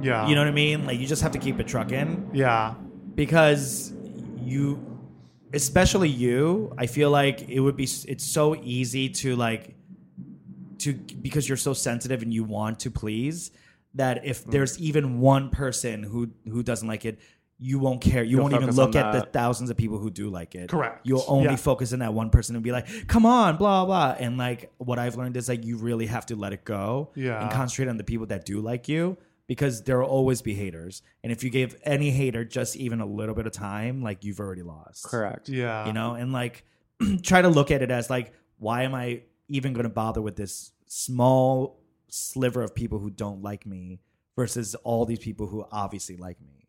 yeah,
You know what I mean? Like you just have to keep it trucking
yeah.
because you especially you, I feel like it would be it's so easy to like to because you're so sensitive and you want to please that
Hmm.
if there's even one person who who doesn't like it you won't care you
You'll
won't even
focus
look
on
at the
that.
thousands of people who do like it
Correct.
you'll only
Yeah.
focus on that one person and be like come on blah blah and like what i've learned is like you really have to let it go
Yeah.
and concentrate on the people that do like you because there will always be haters and if you give any hater just even a little bit of time like you've already lost
Correct.
Yeah.
you know and like try to look at it as like why am i even going to bother with this small sliver of people who don't like me versus all these people who obviously like me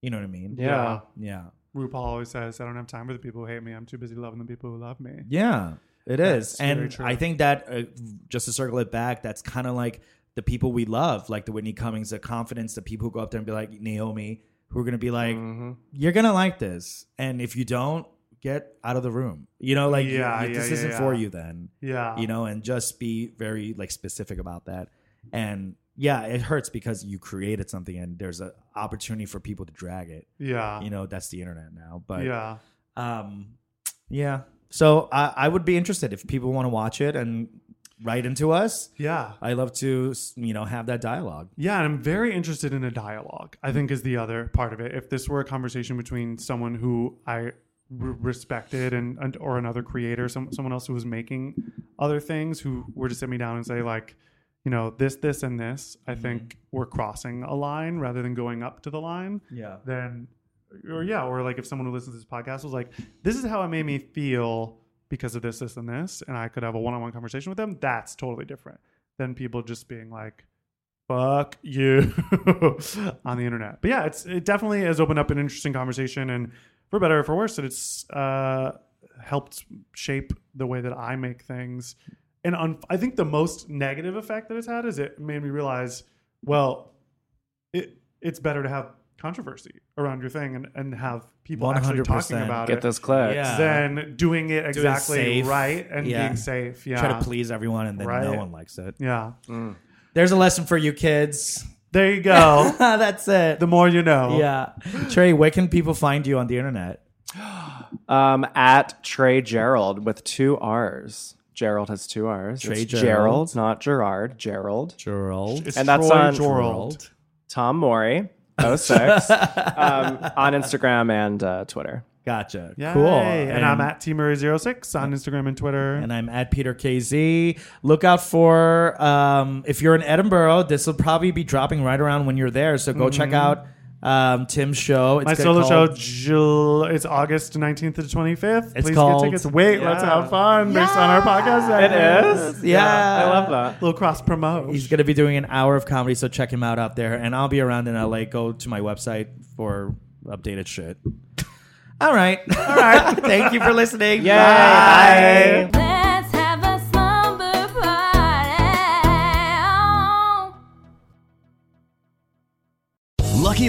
you know what i mean
Yeah.
yeah
RuPaul always says, I don't have time for the people who hate me. I'm too busy loving the people who love me.
Yeah, it
That's
is.
very
And
true.
I think that uh, just to circle it back, that's kind of like the people we love, like the Whitney Cummings, the confidence, the people who go up there and be like Naomi, who are going to be like,
Mm-hmm.
Mm-hmm.
"You're going to like this," and if you don't, get out of the room. You know, like you-
Yeah,
you-
yeah,
this
yeah,
isn't
yeah. Uh-huh.
for you. Then
Yeah.
you know, and just be very like specific about that. And yeah, it hurts because you created something and there's an opportunity for people to drag it.
Yeah.
You know, that's the internet now. But
Uh-huh. yeah.
um, yeah. So I, I would be interested if people want to watch it and write into us.
Yeah.
I love to s- you know have that dialogue.
Yeah. And I'm very interested in a dialogue, I think is the other part of it. If this were a conversation between someone who I re- respected and, and or another creator, some, someone else who was making other things who were to sit me down and say, like, you know, this, this, and this, I think we're crossing a line rather than going up to the line.
Yeah.
then or yeah, or like if someone who listens to this podcast was like, this is how it made me feel because of this, this, and this, and I could have a one on one conversation with them, that's totally different than people just being like, fuck you on the internet. But yeah, it's it definitely has opened up an interesting conversation and for better or for worse, that it's uh helped shape the way that I make things. And un- I think the most negative effect that it's had is it made me realize, well, it it's better to have controversy around your thing and, and have people actually talking
100%.
about
Get
it
those clicks.
Yeah.
than doing it exactly
safe.
right and
Yeah.
being safe. Yeah.
Try to please everyone, and then no
Right.
one likes it.
Yeah.
There's a lesson for you kids.
There you go.
That's it.
the more you know.
yeah, Trey, where can people find you on the internet?
Um, at Trey Gerald with two R's. Gerald has two R's.
Trey
It's
Gerald.
Gerald, not Gerard. Gerald.
Gerald.
It's
And that's
Troy
on-
Jorald.
Tom Morey. 06. um, on Instagram and uh, Twitter.
Gotcha.
Yay.
Cool.
And, I'm at tmurray06 on Instagram and Twitter.
and I'm at Peter KZ. Look out for um, if you're in Edinburgh, this will probably be dropping right around when you're there. So go check out um, Tim's show. It's
My
got-
solo show,
called-
Jul- it's August 19th to 25th.
It's
Please
called-
get tickets. Wait, let's
Yeah.
have fun based on our podcast.
It is?
Yeah.
I love that.
Little cross promote.
He's going to be doing an hour of comedy, so check him out out there. And I'll be around in LA. Go to my website for updated shit. All right. All right. Thank you for listening.
Yay. bye.
Let's have a slumber party.
Lucky